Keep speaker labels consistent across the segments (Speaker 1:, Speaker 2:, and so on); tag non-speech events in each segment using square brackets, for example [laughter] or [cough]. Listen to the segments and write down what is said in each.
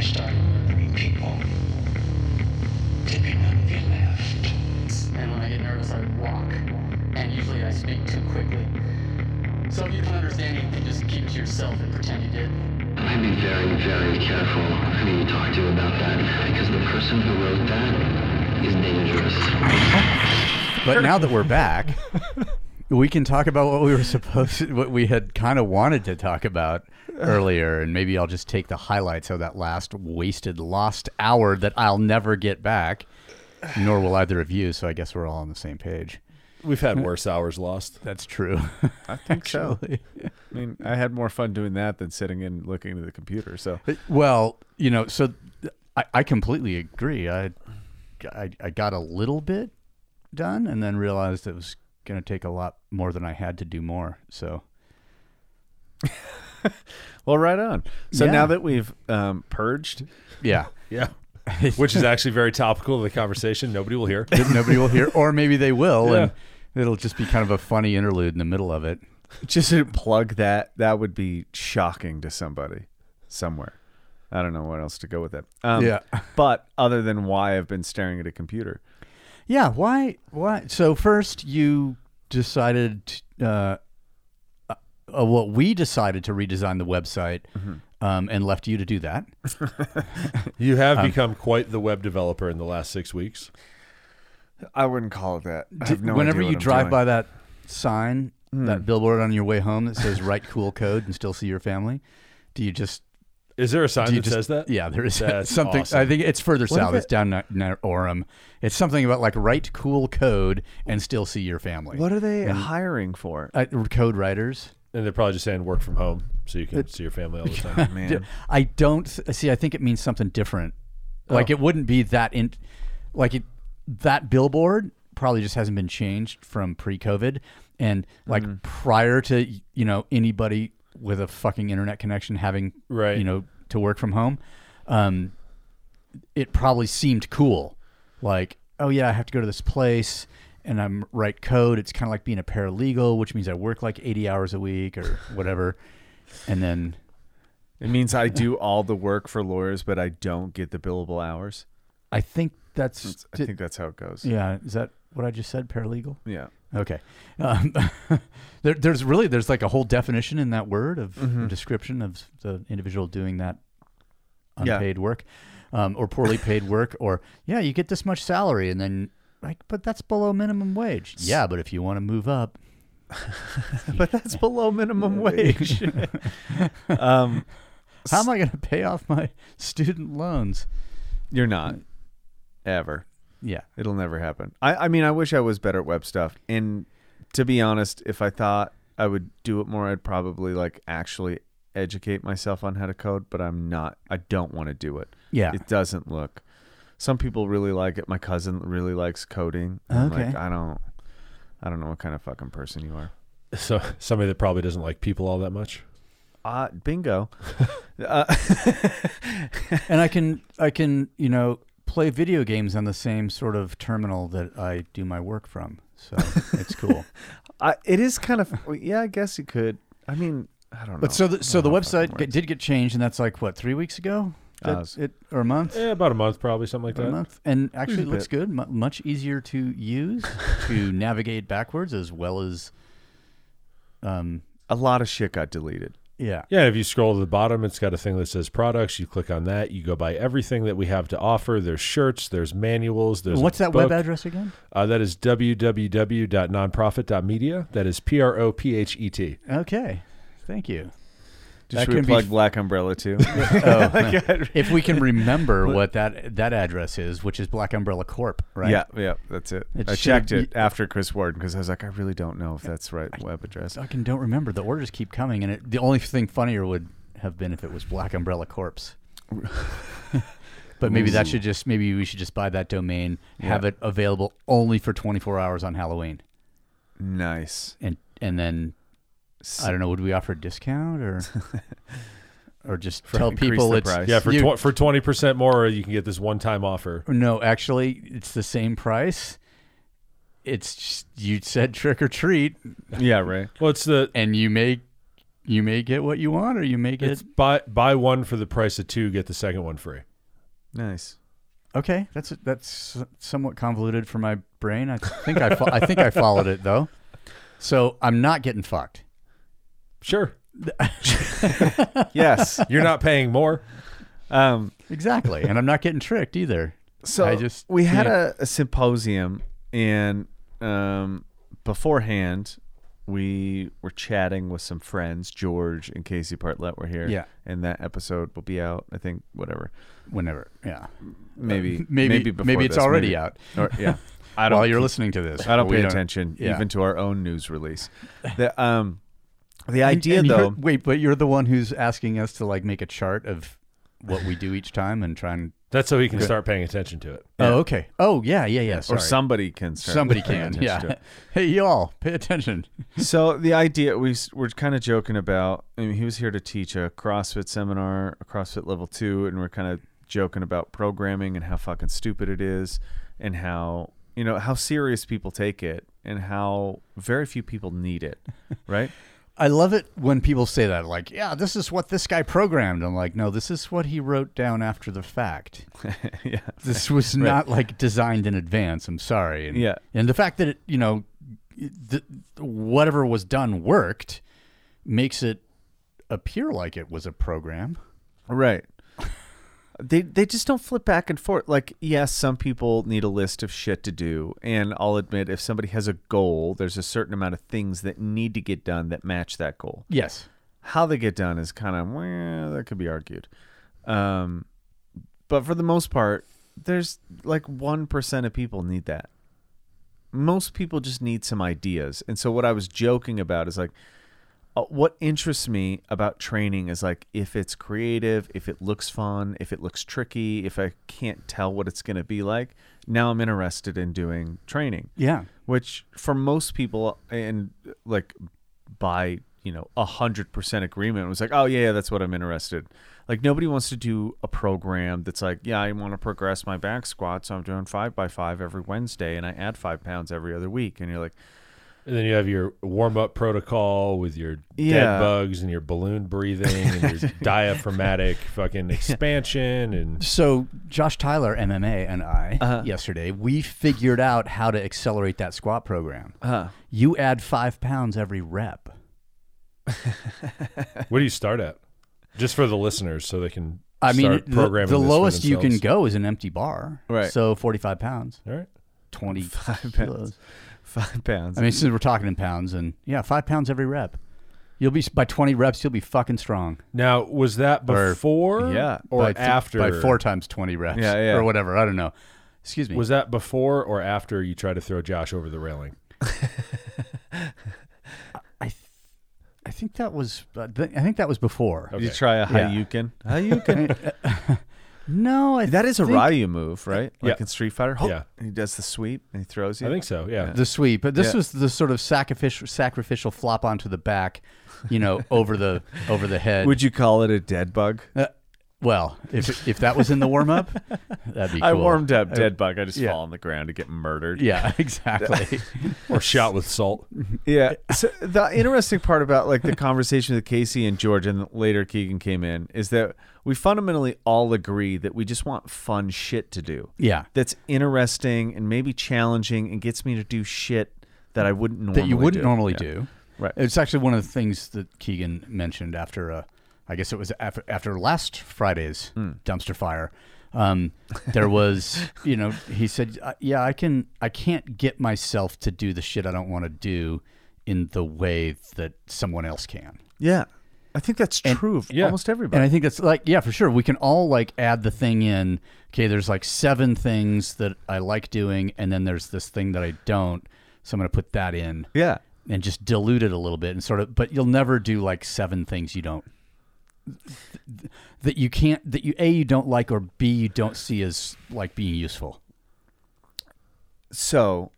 Speaker 1: started murdering people, dipping on your left.
Speaker 2: and when I get nervous, I walk. And usually I speak too quickly. So if you don't understand anything, just keep it to yourself and pretend you did.
Speaker 3: I'd be very, very careful who you talk to about that, because the person who wrote that is dangerous.
Speaker 4: But now that we're
Speaker 5: [laughs]
Speaker 4: back, we can talk about what we were supposed, what we had kind of wanted to talk about
Speaker 5: Uh.
Speaker 4: earlier, and maybe I'll just take the highlights of that last wasted, lost hour that I'll never get back, nor will either of you. So I guess we're all on the same page.
Speaker 6: We've had worse hours lost.
Speaker 4: That's [laughs] true.
Speaker 5: I think so.
Speaker 4: Actually.
Speaker 5: I mean, I had more fun doing that than sitting and looking at the computer. So
Speaker 4: Well, you know, so I, I completely agree. I, I I got a little bit done, and then realized it was going to take a lot more than I had to do more. So
Speaker 5: Well, right on. So
Speaker 4: Yeah.
Speaker 5: now that we've um, purged,
Speaker 4: yeah.
Speaker 6: Yeah. Which is actually very topical to the conversation. Nobody will hear.
Speaker 4: that nobody will hear, or maybe they will,
Speaker 6: Yeah.
Speaker 4: and it'll just be kind of a funny interlude in the middle of it.
Speaker 5: just to plug that, that would be shocking to somebody somewhere. I don't know what else to go with that. Um, [laughs]
Speaker 4: Yeah.
Speaker 5: But other than why I've been staring at a computer,
Speaker 4: Yeah. Why? Why? So first, you decided. Uh, uh, well, we decided to redesign the website,
Speaker 5: Mm-hmm.
Speaker 4: um, and left you to do that.
Speaker 6: You have
Speaker 4: Um,
Speaker 6: become quite the web developer in the last six weeks.
Speaker 5: I wouldn't call it that. I have no
Speaker 4: Whenever
Speaker 5: idea what
Speaker 4: you
Speaker 5: I'm
Speaker 4: drive
Speaker 5: doing. Hmm.
Speaker 4: by that sign, that billboard on your way home that says "Write cool code and still see your family," do you just
Speaker 6: Is there a sign
Speaker 4: Do
Speaker 6: that
Speaker 4: you just-
Speaker 6: says that?
Speaker 4: Yeah, there is
Speaker 6: That's
Speaker 4: [laughs] something.
Speaker 6: awesome.
Speaker 4: I think it's further south.
Speaker 5: if
Speaker 4: It's down na- near Orem. It's something about like write cool code and still see your family.
Speaker 5: What are they
Speaker 6: Mm-hmm.
Speaker 5: hiring for?
Speaker 4: Uh, code writers.
Speaker 6: And they're probably just saying work from home so you can see your
Speaker 4: [laughs]
Speaker 6: family all the time.
Speaker 5: Man,
Speaker 4: D- I don't th- see. I think it means something different. Like it wouldn't be that in, like it that billboard probably just hasn't been changed from pre-COVID and like prior to you know anybody with a fucking internet connection having
Speaker 6: Right.
Speaker 4: you know to work from home, um, it probably seemed cool. Like oh yeah, I have to go to this place. And I'm write code. It's kind of like being a paralegal, which means I work like 80 hours a week or whatever, and then
Speaker 5: it means I do all the work for lawyers, but I don't get the billable hours.
Speaker 4: I think that's.
Speaker 5: I think that's how it goes.
Speaker 4: yeah, is that what I just said? Paralegal.
Speaker 5: Yeah.
Speaker 4: Okay. Um, [laughs] there, there's really there's like a whole definition in that word of
Speaker 5: Mm-hmm.
Speaker 4: a description of the individual doing that
Speaker 5: Yeah.
Speaker 4: unpaid work, um, or poorly
Speaker 5: [laughs]
Speaker 4: paid work, or yeah, you get this much salary, and then like, but that's below minimum wage. Yeah, but if you want to move up,
Speaker 5: but that's
Speaker 4: [laughs]
Speaker 5: below minimum wage. [laughs] um,
Speaker 4: how am I going to pay off my [laughs] student loans?
Speaker 5: you're not ever.
Speaker 4: Yeah.
Speaker 5: It'll never happen. I, I mean, I wish I was better at web stuff. And to be honest, if I thought I would do it more, I'd probably like actually educate myself on how to code. But I'm not. I don't want to do it.
Speaker 4: Yeah.
Speaker 5: it doesn't look. Some people really like it. My cousin really likes coding. I'm
Speaker 4: Okay.
Speaker 5: like, I don't. I don't know what kind of fucking person you are.
Speaker 6: So somebody that probably doesn't like people all that much.
Speaker 5: Uh, bingo.
Speaker 4: and I can I can you know play video games on the same sort of terminal that I do my work from. [laughs] So it's cool.
Speaker 5: I, it is kind of. Yeah, I guess you could. I mean, I don't know.
Speaker 4: But so the, so the
Speaker 5: how it fucking
Speaker 4: website g- did get changed, and that's like what three weeks ago,
Speaker 5: Uh,
Speaker 4: That- it, or a month,
Speaker 6: Yeah, Eh, about a month probably, something like
Speaker 4: a
Speaker 6: that.
Speaker 4: month, and actually it looks
Speaker 5: bit.
Speaker 4: good, mu much easier to use, to navigate backwards as well as, um,
Speaker 5: a lot of shit got deleted.
Speaker 4: yeah,
Speaker 6: Yeah, if you scroll to the bottom, it's got a thing that says products. You click on that, you go buy everything that we have to offer. There's shirts, there's manuals, there's a
Speaker 4: What's that
Speaker 6: book.
Speaker 4: web address again?
Speaker 6: Uh, that is www.nonprofit.media. That is P R O P H E T.
Speaker 4: Okay, thank you.
Speaker 5: Just
Speaker 4: That can be
Speaker 5: plug
Speaker 4: f-
Speaker 5: Black Umbrella too.
Speaker 4: Oh, if we can remember what that that address is, which is Black Umbrella Corp, [laughs] right?
Speaker 5: Yeah, yeah, that's it.
Speaker 4: It
Speaker 5: I
Speaker 4: should
Speaker 5: checked
Speaker 4: be-
Speaker 5: it after Chris Warden because I was like, I really don't know if that's the right web address.
Speaker 4: I can don't remember. The orders keep coming, and it, the only thing funnier would have been if it was Black Umbrella Corpse. but maybe that should just maybe we should just buy that domain, have it available only for 24 hours on Halloween,
Speaker 5: Nice.
Speaker 4: and and then I don't know. Would we offer a discount
Speaker 5: [laughs]
Speaker 4: or or just tell
Speaker 5: increase
Speaker 4: people
Speaker 5: the
Speaker 4: it's
Speaker 5: price.
Speaker 6: Yeah, for
Speaker 4: you-
Speaker 6: tw- for twenty percent more, you can get this one time offer.
Speaker 4: no, actually it's the same price. It's just, you said trick or treat,
Speaker 5: Yeah, right.
Speaker 6: Well, it's the
Speaker 4: and you may you may get what you want or you may get
Speaker 6: It's buy buy one for the price of two, get the second one free.
Speaker 5: Nice.
Speaker 4: okay. That's that's somewhat convoluted for my brain. I think I fo- I think I followed it though. So I'm not getting fucked.
Speaker 6: Sure.
Speaker 5: Yes.
Speaker 4: [laughs]
Speaker 6: You're not paying more.
Speaker 5: um,
Speaker 4: Exactly, and I'm not getting tricked either.
Speaker 5: So
Speaker 4: I just-
Speaker 5: we had
Speaker 4: yeah.
Speaker 5: a, a symposium, and um, beforehand, we were chatting with some friends. George and Casey Bartlett were here.
Speaker 4: Yeah.
Speaker 5: and that episode will be out. I think whatever,
Speaker 4: Whenever, yeah,
Speaker 5: maybe
Speaker 4: maybe
Speaker 5: maybe before
Speaker 4: maybe it's
Speaker 5: this,
Speaker 4: already
Speaker 5: maybe-
Speaker 4: out.
Speaker 5: Or,
Speaker 4: [laughs]
Speaker 5: yeah, I don't.
Speaker 4: While you're listening to this,
Speaker 5: I don't
Speaker 4: We
Speaker 5: pay attention
Speaker 4: yeah.
Speaker 5: even to our own news
Speaker 4: [laughs]
Speaker 5: release. The um,
Speaker 4: And-
Speaker 5: the idea
Speaker 4: and you're-
Speaker 5: though,
Speaker 4: [laughs] Wait, but you're the one who's asking us to like make a chart of what we do each time and try and.
Speaker 6: That's so he can start paying attention to it.
Speaker 4: Oh, okay. Oh, yeah, yeah, yeah.
Speaker 5: or
Speaker 4: Sorry.
Speaker 5: somebody can start
Speaker 4: somebody
Speaker 5: paying [laughs]
Speaker 4: can.
Speaker 5: attention to
Speaker 4: Yeah.
Speaker 5: it.
Speaker 4: Hey, y'all, pay attention.
Speaker 5: so the idea we s- were kind of joking about I mean, he was here to teach a crossfit seminar a crossfit level two and we're kind of joking about programming and how fucking stupid it is and how you know how serious people take it and how very few people need it right
Speaker 4: I love it when people say that, like, yeah, this is what this guy programmed. I'm like, no, this is what he wrote down after the fact.
Speaker 5: [laughs] yeah
Speaker 4: This was not like designed in advance. I'm sorry. And,
Speaker 5: Yeah.
Speaker 4: And the fact that it, you know, th- whatever was done worked makes it appear like it was a program.
Speaker 5: Right. They they just don't flip back and forth. Like, yes, some people need a list of shit to do, and I'll admit if somebody has a goal, there's a certain amount of things that need to get done that match that goal.
Speaker 4: Yes.
Speaker 5: How they get done is kind of well, that could be argued. Um, but for the most part, there's like one percent of people need that. Most people just need some ideas, and so what I was joking about is like, uh, what interests me about training is like if it's creative, if it looks fun, if it looks tricky, if I can't tell what it's going to be like. Now I'm interested in doing training
Speaker 4: Yeah.
Speaker 5: which for most people and like by you know a hundred percent agreement was like oh yeah, yeah that's what i'm interested like nobody wants to do a program that's like yeah i want to progress my back squat so i'm doing five by five every wednesday and i add five pounds every other week and you're like
Speaker 6: And then you have your warm up protocol with your
Speaker 5: Yeah.
Speaker 6: dead bugs and your balloon breathing and
Speaker 4: [laughs]
Speaker 6: your diaphragmatic fucking expansion and
Speaker 4: So Josh Tyler, MMA, and I
Speaker 5: Uh-huh.
Speaker 4: yesterday we figured out how to accelerate that squat program.
Speaker 5: uh,
Speaker 4: You add five pounds every rep.
Speaker 6: what do you start at? Just for the listeners so they can
Speaker 4: I mean,
Speaker 6: start
Speaker 4: it- the,
Speaker 6: programming
Speaker 4: the
Speaker 6: this for
Speaker 4: lowest you can
Speaker 6: themselves.
Speaker 4: go is an empty bar.
Speaker 5: Right.
Speaker 4: So forty-five pounds,
Speaker 6: All right.
Speaker 4: twenty
Speaker 5: [laughs] Five
Speaker 4: kilos.
Speaker 5: [laughs] five pounds
Speaker 4: I mean, since we're talking in pounds, and yeah, five pounds every rep. You'll be by twenty reps. You'll be fucking strong.
Speaker 6: Now, was that before
Speaker 5: yeah,
Speaker 6: or
Speaker 4: by th-
Speaker 6: after?
Speaker 4: by four times twenty reps,
Speaker 5: Yeah, yeah.
Speaker 4: or whatever. I don't know. Excuse me.
Speaker 6: Was that before or after you tried to throw Josh over the railing?
Speaker 4: I? Th- I think that was. I thi- I think that was before.
Speaker 5: [laughs] you try a
Speaker 4: Yeah.
Speaker 5: Hayukin.
Speaker 4: [laughs]
Speaker 5: Hayukin.
Speaker 4: No, I
Speaker 5: [laughs] that is a
Speaker 4: think-
Speaker 5: Ryu move, right? Like
Speaker 6: Yeah.
Speaker 5: in Street Fighter. Hop,
Speaker 6: Yeah.
Speaker 5: And he does the sweep and he throws you.
Speaker 6: I think so. Yeah.
Speaker 4: the sweep. But this
Speaker 5: Yeah.
Speaker 4: was the sort of sacrificial, sacrificial flop onto the back, you know, over the over the head.
Speaker 5: [laughs] Would you call it a dead bug?
Speaker 4: Uh, well, if if that was in the warm
Speaker 5: [laughs]
Speaker 4: up, that'd be. Cool.
Speaker 5: I warmed up dead bug. I just
Speaker 4: yeah.
Speaker 5: fall on the ground to get
Speaker 4: [laughs]
Speaker 5: murdered. [laughs]
Speaker 4: Yeah, exactly.
Speaker 6: Or shot with salt.
Speaker 5: Yeah. [laughs] So the interesting part about like the conversation with Casey and George and later Keegan came in is that we fundamentally all agree that we just want fun shit to do.
Speaker 4: [laughs] yeah,
Speaker 5: That's interesting and maybe challenging and gets me to do shit that I wouldn't normally
Speaker 4: that you wouldn't
Speaker 5: do.
Speaker 4: normally
Speaker 5: Yeah.
Speaker 4: do.
Speaker 5: Right.
Speaker 4: It's actually one of the things that Keegan mentioned after uh, I guess it was after, after last Friday's
Speaker 5: Hmm.
Speaker 4: dumpster fire. Um, there was, [laughs] you know, he said, "Uh, "Yeah, I can. I can't get myself to do the shit I don't want to do in the way that someone else can."
Speaker 5: Yeah. I think that's true of
Speaker 6: yeah.
Speaker 5: almost
Speaker 4: And
Speaker 5: everybody.
Speaker 4: I think that's like, yeah, for sure. We can all like add the thing in. Okay, there's like seven things that I like doing, and then there's this thing that I don't. So I'm going to put that in
Speaker 5: yeah.
Speaker 4: and just dilute it a little bit and sort of, but you'll never do like seven things you don't, that you can't, that you, A, you don't like, or B, you don't see as like being useful.
Speaker 5: so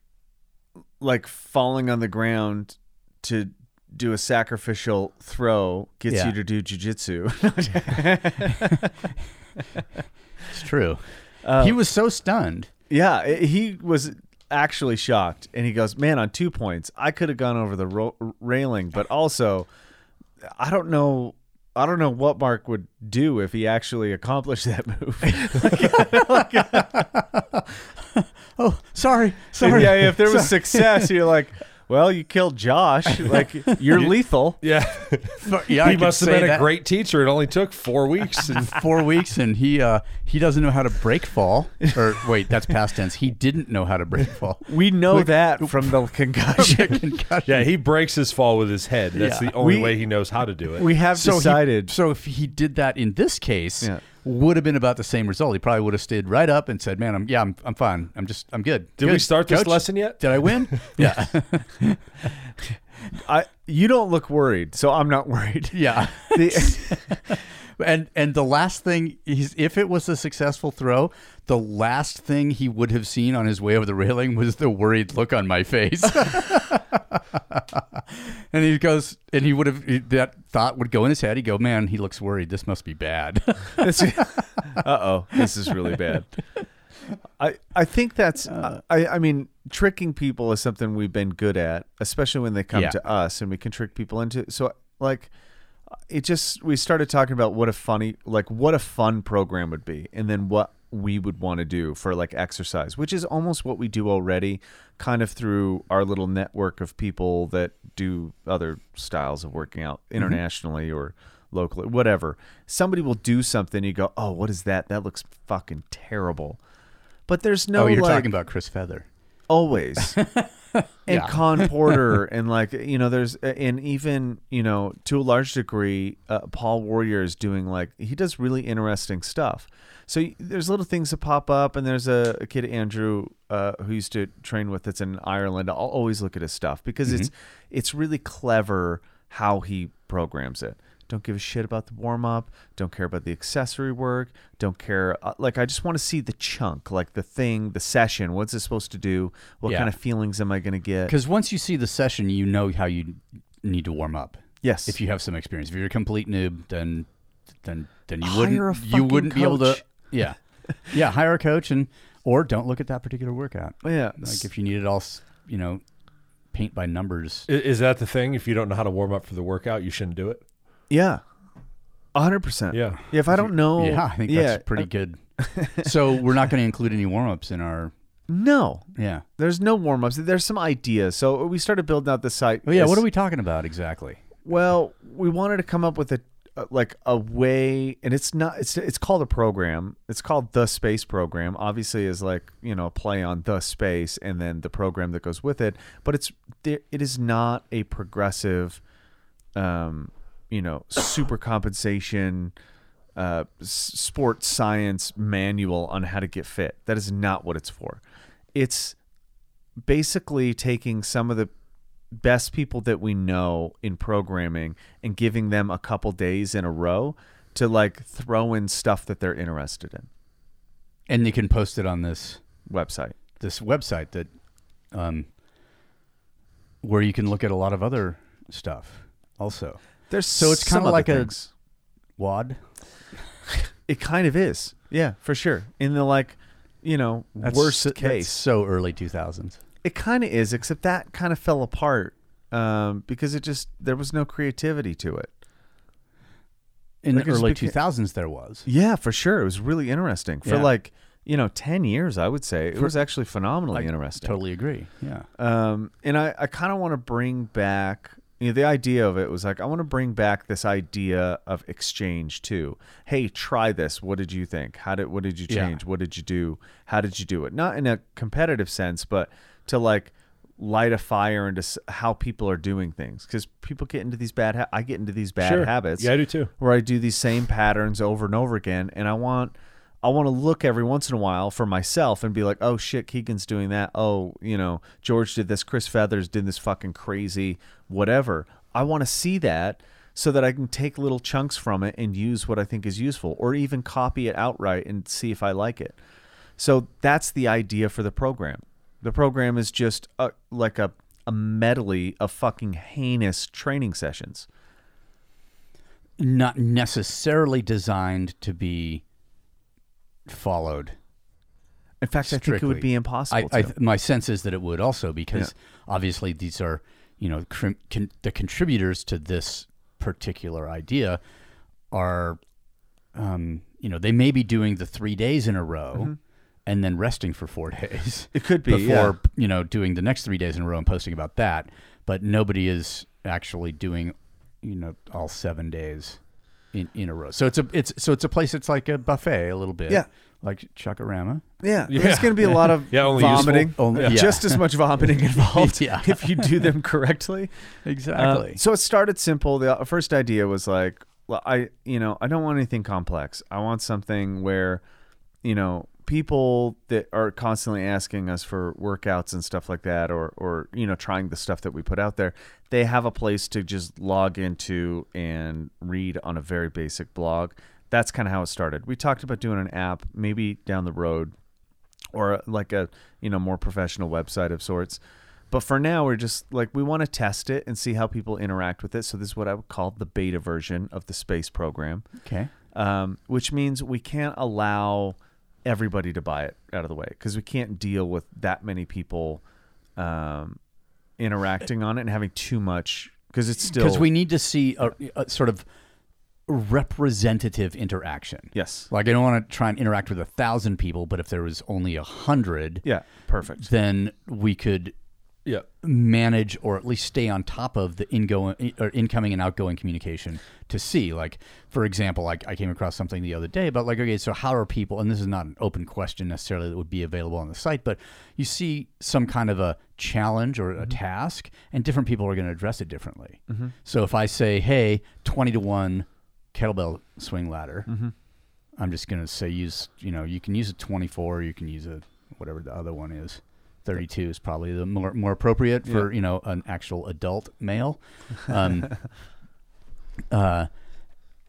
Speaker 5: like falling on the ground to do a sacrificial throw gets
Speaker 4: Yeah.
Speaker 5: you to do jujitsu. [laughs]
Speaker 4: It's true. Um, he was so stunned.
Speaker 5: Yeah, i- he was actually shocked, and he goes, "Man, on two points, I could have gone over the ro- railing, but also I don't know. I don't know what Mark would do if he actually accomplished that move. [laughs]
Speaker 4: Oh, sorry,
Speaker 5: yeah,
Speaker 4: [laughs] [laughs] sorry.
Speaker 5: yeah, if there was success, you're like, well, you killed
Speaker 4: [laughs]
Speaker 5: Josh. Like you're lethal.
Speaker 6: Yeah.
Speaker 4: yeah, I
Speaker 6: he
Speaker 4: could
Speaker 6: must have
Speaker 4: say
Speaker 6: been a
Speaker 4: that.
Speaker 6: great teacher. It only took four weeks. And
Speaker 4: four weeks and he uh he doesn't know how to break fall or wait that's past tense he didn't know how to break fall [laughs]
Speaker 5: We know that from the concussion.
Speaker 6: [laughs] yeah, he breaks his fall with his head. That's
Speaker 4: Yeah.
Speaker 6: the only
Speaker 5: We-
Speaker 6: way he knows how to do it.
Speaker 5: We have
Speaker 4: so [laughs]
Speaker 5: decided.
Speaker 4: He, so if he did that in this case
Speaker 5: Yeah.
Speaker 4: would have been about the same result he probably would have stayed right up and said man i'm yeah i'm, I'm fine i'm just i'm good
Speaker 6: Did we
Speaker 4: Good,
Speaker 6: start this
Speaker 4: coach.
Speaker 6: lesson yet?
Speaker 4: did i
Speaker 6: [laughs]
Speaker 4: win yeah [laughs]
Speaker 5: I, you don't look worried, so I'm
Speaker 4: [laughs]
Speaker 5: not worried.
Speaker 4: yeah
Speaker 5: The-
Speaker 4: [laughs] and and the last thing he's if it was a successful throw the last thing he would have seen on his way over the railing was the worried look on my face [laughs] and he goes and he would have he- that thought would go in his head he'd go man he looks worried this must be bad
Speaker 5: [laughs] Uh oh, this is really bad. I I think that's I I mean tricking people is something we've been good at, especially when they come
Speaker 4: Yeah.
Speaker 5: to us and we can trick people into. So like, it just we started talking about what a funny like what a fun program would be, and then what we would want to do for like exercise, which is almost what we do already, kind of through our little network of people that do other styles of working out
Speaker 4: Mm-hmm.
Speaker 5: internationally or locally, whatever. Somebody will do something, you go, oh, what is that? That looks fucking terrible. But there's no
Speaker 4: oh you're
Speaker 5: like,
Speaker 4: talking about chris feather [laughs]
Speaker 5: always. and Con Porter and like you know there's and even you know to a large degree uh, Paul Warrior is doing like he does really interesting stuff. So y- there's little things that pop up and there's a, a kid Andrew uh, who used to train with that's in Ireland. I'll always look at his stuff because it's it's really clever how he programs it. Don't give a shit about the warm up. Don't care about the accessory work. Don't care. uh, Like, I just want to see the chunk, like the thing, the session. What's it supposed to do? What
Speaker 4: Yeah.
Speaker 5: kind of feelings am I going to get?
Speaker 4: because once you see the session you know how you need to warm up
Speaker 5: Yes.
Speaker 4: if you have some experience if you're a complete noob then then then you
Speaker 5: Hire
Speaker 4: wouldn't
Speaker 5: a
Speaker 4: you wouldn't
Speaker 5: fucking
Speaker 4: be able to
Speaker 5: coach.
Speaker 4: [laughs] yeah yeah hire a coach and or don't look at that particular workout
Speaker 5: Oh, yeah.
Speaker 4: like if you need it all s- you know paint by numbers
Speaker 6: I- Is that the thing? If you don't know how to warm up for the workout, you shouldn't do it.
Speaker 5: yeah. 100%.
Speaker 6: Yeah.
Speaker 5: Yeah. If I don't know.
Speaker 4: yeah uh, i think
Speaker 5: yeah,
Speaker 4: that's pretty [laughs] good so we're not going to include any warm-ups in our
Speaker 5: No.
Speaker 4: yeah
Speaker 5: There's no warm ups. There's some ideas. So we started building out the site.
Speaker 4: well, Oh, yeah
Speaker 5: as-
Speaker 4: what are we talking about exactly
Speaker 5: Well, we wanted to come up with a uh, like a way, and it's not. It's it's called a program. It's called the space program. Obviously, is like you know a play on the space, and then the program that goes with it. But it's there. It is not a progressive, um, you know, super compensation, uh, s- sports science manual on how to get fit. That is not what it's for. It's basically taking some of the best people that we know in programming and giving them a couple days in a row to like throw in stuff that they're interested in
Speaker 4: and you can post it on this
Speaker 5: website
Speaker 4: this website that um where you can look at a lot of other stuff also
Speaker 5: there's
Speaker 4: So it's
Speaker 5: some
Speaker 4: kinda
Speaker 5: other
Speaker 4: like a-
Speaker 5: things.
Speaker 4: wad
Speaker 5: it kind of is yeah for sure in the like you know worst
Speaker 4: that's
Speaker 5: case
Speaker 4: so early 2000s
Speaker 5: it kind of is except that kind of fell apart um, because it just there was no creativity to it
Speaker 4: in
Speaker 5: Like, it
Speaker 4: the
Speaker 5: just
Speaker 4: early
Speaker 5: became-
Speaker 4: 2000s there was
Speaker 5: yeah for sure it was really interesting for
Speaker 4: Yeah.
Speaker 5: like you know 10 years i would say it was actually phenomenally
Speaker 4: I
Speaker 5: interesting
Speaker 4: totally agree yeah
Speaker 5: Um, and I, I kind of want to bring back you know, the idea of it was like, I want to bring back this idea of exchange too. Hey, try this. What did you think? How did, what did you
Speaker 4: Yeah.
Speaker 5: change? What did you do? How did you do it? Not in a competitive sense, but to like light a fire into s- how people are doing things. Cause people get into these bad, ha- I get into these bad
Speaker 6: Sure.
Speaker 5: habits
Speaker 6: Yeah, I do too.
Speaker 5: where I do these same patterns over and over again, and I want I want to look every once in a while for myself and be like, oh shit, Keegan's doing that. Oh, you know, George did this. Chris Feathers did this fucking crazy whatever. I want to see that so that I can take little chunks from it and use what I think is useful, or even copy it outright and see if I like it. So that's the idea for the program. The program is just a, like a a medley of fucking heinous training sessions.
Speaker 4: not necessarily designed to be followed.
Speaker 5: In fact, I think it
Speaker 4: strictly.
Speaker 5: would be impossible.
Speaker 4: I, I,
Speaker 5: to.
Speaker 4: my sense is that it would also because obviously these are you know crim, con, the contributors to this particular idea are, um, you know, they may be doing the three days in a row and then resting for four [laughs] days
Speaker 5: It could be
Speaker 4: before,
Speaker 5: yeah.
Speaker 4: you know, doing the next three days in a row and posting about that. But nobody is actually doing, you know, all seven days in, in a row. So it's a it's so it's a place that's like a buffet a little bit.
Speaker 5: Yeah.
Speaker 4: Like Chakarama.
Speaker 5: Yeah,
Speaker 6: Yeah.
Speaker 5: there's going to be a lot of
Speaker 6: Yeah, only useful-
Speaker 5: vomiting.
Speaker 4: only- yeah.
Speaker 5: Just as much vomiting involved
Speaker 4: Yeah.
Speaker 5: if you do them correctly. Uh,
Speaker 4: Exactly.
Speaker 5: so it started simple. The uh, first idea was like, well, I, you know, I don't want anything complex. I want something where, you know, people that are constantly asking us for workouts and stuff like that, or, or you know, trying the stuff that we put out there, they have a place to just log into and read on a very basic blog. That's kind of how it started. We talked about doing an app, maybe down the road, or like a you know more professional website of sorts but for now we're just like we want to test it and see how people interact with it so this is what i would call the beta version of the space program
Speaker 4: okay.
Speaker 5: um, which means we can't allow everybody to buy it out of the way because we can't deal with that many people um, interacting on it and having too much because it's still
Speaker 4: Because we need to see a, a sort of representative interaction.
Speaker 5: yes
Speaker 4: Like I don't want to try and interact with a thousand people, but if there was only a hundred,
Speaker 5: yeah perfect
Speaker 4: then we could
Speaker 6: Yeah.
Speaker 4: manage or at least stay on top of the ingoing or incoming and outgoing communication to see like for example like i came across something the other day about like okay so how are people and this is not an open question necessarily that would be available on the site but you see some kind of a challenge or a task and different people are going to address it differently so if i say hey 20 to 1 kettlebell swing ladder i'm just going to say use you know you can use a 24 you can use a whatever the other one is 32 is probably the more, more appropriate for you know an actual adult male um, uh,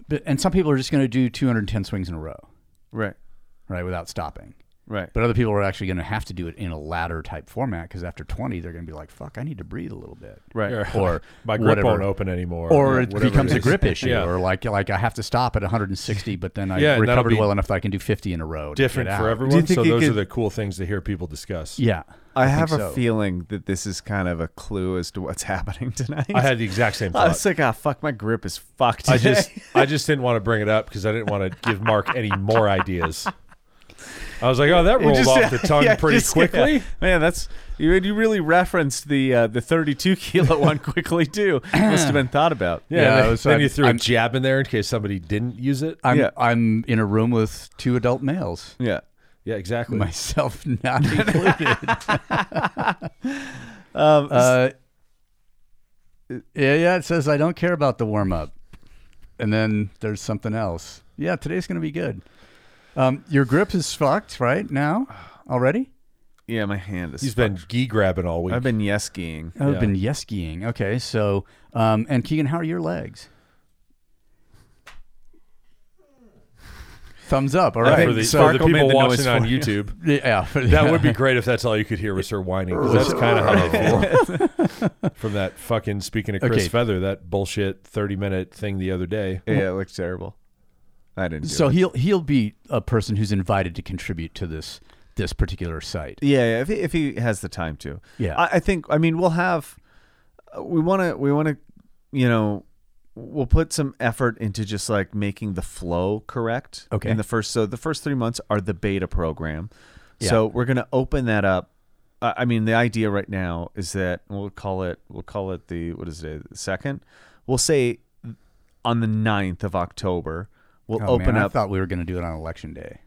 Speaker 4: but, and some people are just going to do 210 swings in a row
Speaker 5: right
Speaker 4: right without stopping
Speaker 5: right
Speaker 4: but other people are actually going to have to do it in a ladder type format because after 20 they're going to be like fuck i need to breathe a little bit
Speaker 5: right
Speaker 4: or
Speaker 6: My grip
Speaker 4: whatever.
Speaker 6: won't open anymore.
Speaker 4: or
Speaker 6: Yeah,
Speaker 4: it
Speaker 6: whatever
Speaker 4: becomes a
Speaker 6: is.
Speaker 4: grip issue
Speaker 6: Yeah.
Speaker 4: or like like i have to stop at 160 but then i
Speaker 6: Yeah, and that'll
Speaker 4: recovered
Speaker 6: be
Speaker 4: well enough that i can do 50 in a row to
Speaker 6: different
Speaker 4: get
Speaker 6: for
Speaker 4: out.
Speaker 6: everyone.
Speaker 5: think
Speaker 6: So
Speaker 5: it
Speaker 6: those are
Speaker 5: could-
Speaker 6: the cool things to hear people discuss.
Speaker 4: yeah
Speaker 5: I,
Speaker 4: think
Speaker 5: have a
Speaker 4: so.
Speaker 5: feeling that this is kind of a clue as to what's [laughs] happening tonight.
Speaker 6: I had the exact
Speaker 5: [laughs] I
Speaker 6: same thought.
Speaker 5: was like, ah, fuck, my grip is fucked.
Speaker 6: [laughs] I
Speaker 5: today." [laughs]
Speaker 6: just I just didn't want to bring it up because I didn't want to give Mark any more ideas. I was like, oh, that
Speaker 5: You
Speaker 6: rolled
Speaker 5: just-
Speaker 6: off the [laughs] tongue
Speaker 5: [laughs] yeah,
Speaker 6: pretty
Speaker 5: just-
Speaker 6: quickly.
Speaker 5: yeah. Man, that's you. You really referenced the uh, the 32 kilo
Speaker 6: [laughs]
Speaker 5: one quickly too. Must have been thought about.
Speaker 6: Yeah,
Speaker 4: Yeah,
Speaker 6: then,
Speaker 4: I was-
Speaker 6: then
Speaker 4: I-
Speaker 6: you threw
Speaker 4: I'm-
Speaker 6: a jab in there in case somebody didn't use it.
Speaker 4: I'm,
Speaker 5: Yeah.
Speaker 4: I'm in a room with two adult males
Speaker 5: yeah.
Speaker 6: yeah, exactly.
Speaker 4: myself [laughs]
Speaker 5: [laughs]
Speaker 4: not included
Speaker 5: Um,
Speaker 4: Uh, yeah, yeah. It says I don't care about the warm up, and then there's something else. Yeah, today's gonna be good. Um, your grip is fucked right now already.
Speaker 5: yeah, my hand is.
Speaker 6: He's been gee grabbing all week.
Speaker 5: I've been yes skiing.
Speaker 4: I've
Speaker 6: Yeah.
Speaker 4: Oh, been yes skiing. Okay, so um, and Keegan, how are your legs? Thumbs up. All
Speaker 6: And
Speaker 4: right.
Speaker 6: for the,
Speaker 4: so,
Speaker 6: for the
Speaker 5: Sparkle made
Speaker 6: people
Speaker 5: the noise
Speaker 6: watching on
Speaker 5: for you.
Speaker 6: YouTube,
Speaker 4: yeah, [laughs] for-
Speaker 6: [laughs] that would be great if that's all you could hear was her whining.
Speaker 4: [laughs]
Speaker 6: 'cause That's kind of how I feel from that fucking speaking of Chris
Speaker 4: Okay.
Speaker 6: Feather, that bullshit thirty minute thing the other day.
Speaker 5: Yeah, it looks terrible. I didn't. Do
Speaker 4: so
Speaker 5: it.
Speaker 4: he'll he'll be a person who's invited to contribute to this this particular site.
Speaker 5: Yeah, yeah, if he, if he has the time to.
Speaker 4: Yeah.
Speaker 5: I, I think. I mean, we'll have. uh, We want to. We want to. You know, we'll put some effort into just like making the flow correct.
Speaker 4: Okay.
Speaker 5: In the first, so the first three months are the beta program.
Speaker 4: Yeah.
Speaker 5: So we're gonna open that up. I I mean, the idea right now is that we'll call it. We'll call it the what is it? The second. We'll say on the 9th of October. We'll
Speaker 4: Oh,
Speaker 5: open
Speaker 4: man, I
Speaker 5: up.
Speaker 4: thought we were going to do it on election day.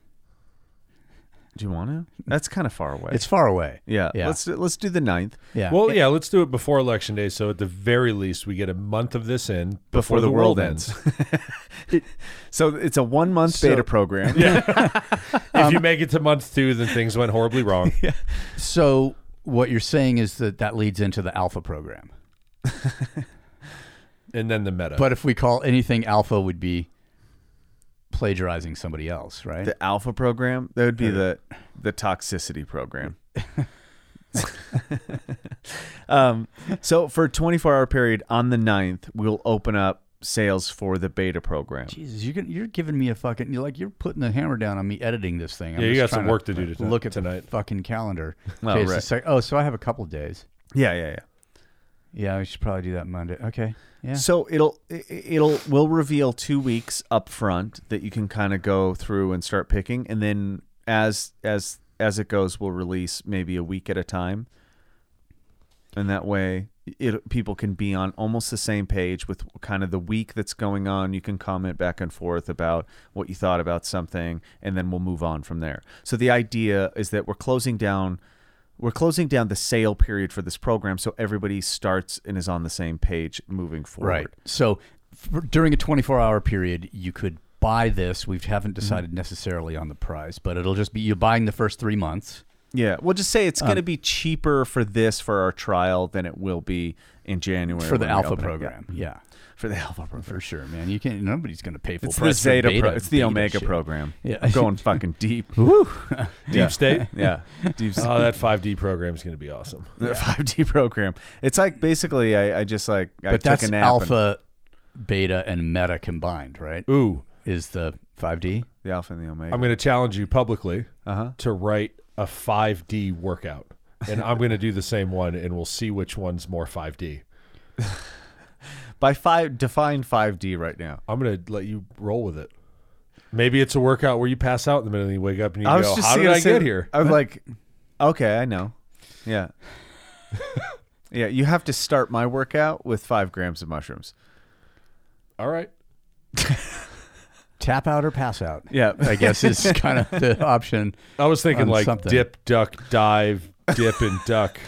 Speaker 5: do you want to? That's kind of far away.
Speaker 4: It's far away.
Speaker 5: yeah,
Speaker 4: yeah.
Speaker 5: Let's do- let's do the 9th.
Speaker 4: Yeah.
Speaker 6: Well, yeah, let's do it before election day. So at the very least, we get a month of this in before,
Speaker 5: before the world ends. so it's a one month
Speaker 6: So-
Speaker 5: beta program. Yeah.
Speaker 6: if
Speaker 4: Um,
Speaker 6: you make it to month two, then things went
Speaker 4: [laughs]
Speaker 6: horribly wrong.
Speaker 4: so what you're saying is that that leads into the alpha program.
Speaker 6: And then the meta.
Speaker 4: But if we call anything alpha, would be plagiarizing somebody else, right?
Speaker 5: The alpha program, that would be the the toxicity program. um, so for a 24 hour period on the 9th, we'll open up sales for the beta program.
Speaker 4: Jesus, you're gonna, you're giving me a fucking you're like you're putting the hammer down on me editing this thing. I'm
Speaker 6: Yeah, you
Speaker 4: just
Speaker 6: got some
Speaker 4: trying
Speaker 6: work to do to-
Speaker 4: Look at the
Speaker 6: tonight.
Speaker 5: [laughs]
Speaker 4: fucking calendar.
Speaker 5: Oh,
Speaker 4: Okay, it's
Speaker 5: right.
Speaker 4: just like, oh, so I have a couple days.
Speaker 5: Yeah, yeah, yeah.
Speaker 4: Yeah, we should probably do that Monday. Okay. Yeah.
Speaker 5: So it'll i- i- it'll we'll reveal two weeks up front that you can kind of go through and start picking, and then as as as it goes, we'll release maybe a week at a time, and that way it people can be on almost the same page with kind of the week that's going on. You can comment back and forth about what you thought about something, and then we'll move on from there. So the idea is that we're closing down we're closing down the sale period for this program so everybody starts and is on the same page moving forward.
Speaker 4: Right. So for, during a 24 hour period, you could buy this. We haven't decided necessarily on the price, but it'll just be you buying the first three months.
Speaker 5: Yeah. We'll just say
Speaker 4: Um,
Speaker 5: it's going to be cheaper for this for our trial than it will be in January
Speaker 4: for the
Speaker 5: when we
Speaker 4: alpha
Speaker 5: open it. Yeah.
Speaker 4: program. Yeah.
Speaker 5: For the alpha program.
Speaker 4: for sure, man. You can't. Nobody's going to pay full
Speaker 5: It's the
Speaker 4: price. for
Speaker 5: Zeta,
Speaker 4: beta-
Speaker 5: pro- it's the
Speaker 4: beta
Speaker 5: Omega
Speaker 4: shit.
Speaker 5: program.
Speaker 4: Yeah. [laughs]
Speaker 5: I'm going fucking deep.
Speaker 4: Woo. [laughs]
Speaker 5: deep
Speaker 6: state?
Speaker 5: Yeah. [laughs] Deep state.
Speaker 6: Oh, that 5D program is going to be awesome.
Speaker 5: The 5D program. It's like basically I, I just like
Speaker 4: But
Speaker 5: I took
Speaker 4: that's
Speaker 5: a nap and
Speaker 4: alpha, beta, and meta combined, right?
Speaker 6: Ooh,
Speaker 4: Is the 5D?
Speaker 5: the alpha and the omega.
Speaker 6: I'm going to challenge you publicly
Speaker 5: Uh-huh.
Speaker 6: to write a 5D workout. And I'm going to do the same one, and we'll see which one's more 5D.
Speaker 5: By five define 5D right now.
Speaker 6: I'm going to let you roll with it. Maybe it's a workout where you pass out in the middle and you wake up and you
Speaker 5: I was
Speaker 6: go,
Speaker 5: just
Speaker 6: How
Speaker 5: seeing
Speaker 6: did I
Speaker 5: us in-
Speaker 6: get here?
Speaker 5: [laughs] I was like, okay, I know. Yeah. [laughs] yeah, you have to start my workout with five grams of mushrooms.
Speaker 6: All right.
Speaker 4: Tap out or pass out?
Speaker 5: [laughs] Yeah.
Speaker 4: [laughs] I guess is kind of the option.
Speaker 6: I was thinking
Speaker 4: On
Speaker 6: like
Speaker 4: something.
Speaker 6: dip, duck, dive, dip, and duck,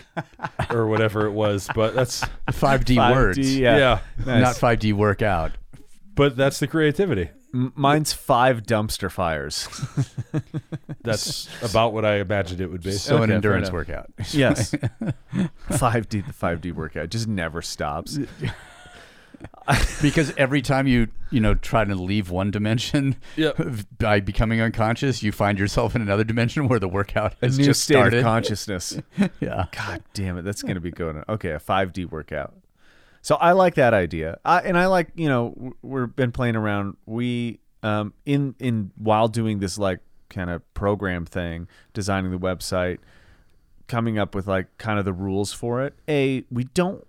Speaker 6: or whatever it was. But that's,
Speaker 4: 5D,
Speaker 5: 5D,
Speaker 4: words,
Speaker 5: yeah.
Speaker 6: yeah.
Speaker 4: not 5D workout.
Speaker 6: But that's the creativity.
Speaker 5: M- mine's five dumpster fires.
Speaker 6: That's about what I imagined it would be.
Speaker 4: So
Speaker 5: Okay,
Speaker 4: an
Speaker 5: fair
Speaker 4: endurance
Speaker 5: enough. [laughs]
Speaker 4: workout.
Speaker 5: [laughs] yes. 5D, the 5D workout just never stops.
Speaker 4: because every time you you know try to leave one dimension [laughs]
Speaker 6: Yep.
Speaker 4: by becoming unconscious you find yourself in another dimension where the workout has
Speaker 5: New
Speaker 4: just
Speaker 5: state
Speaker 4: started
Speaker 5: of [laughs] consciousness.
Speaker 4: yeah
Speaker 5: God damn it, that's gonna be going. On. Okay, a five D workout. So I like that idea, I, and I like you know w- we've been playing around. We um in in while doing this like kind of program thing, designing the website, coming up with like kind of the rules for it. A we don't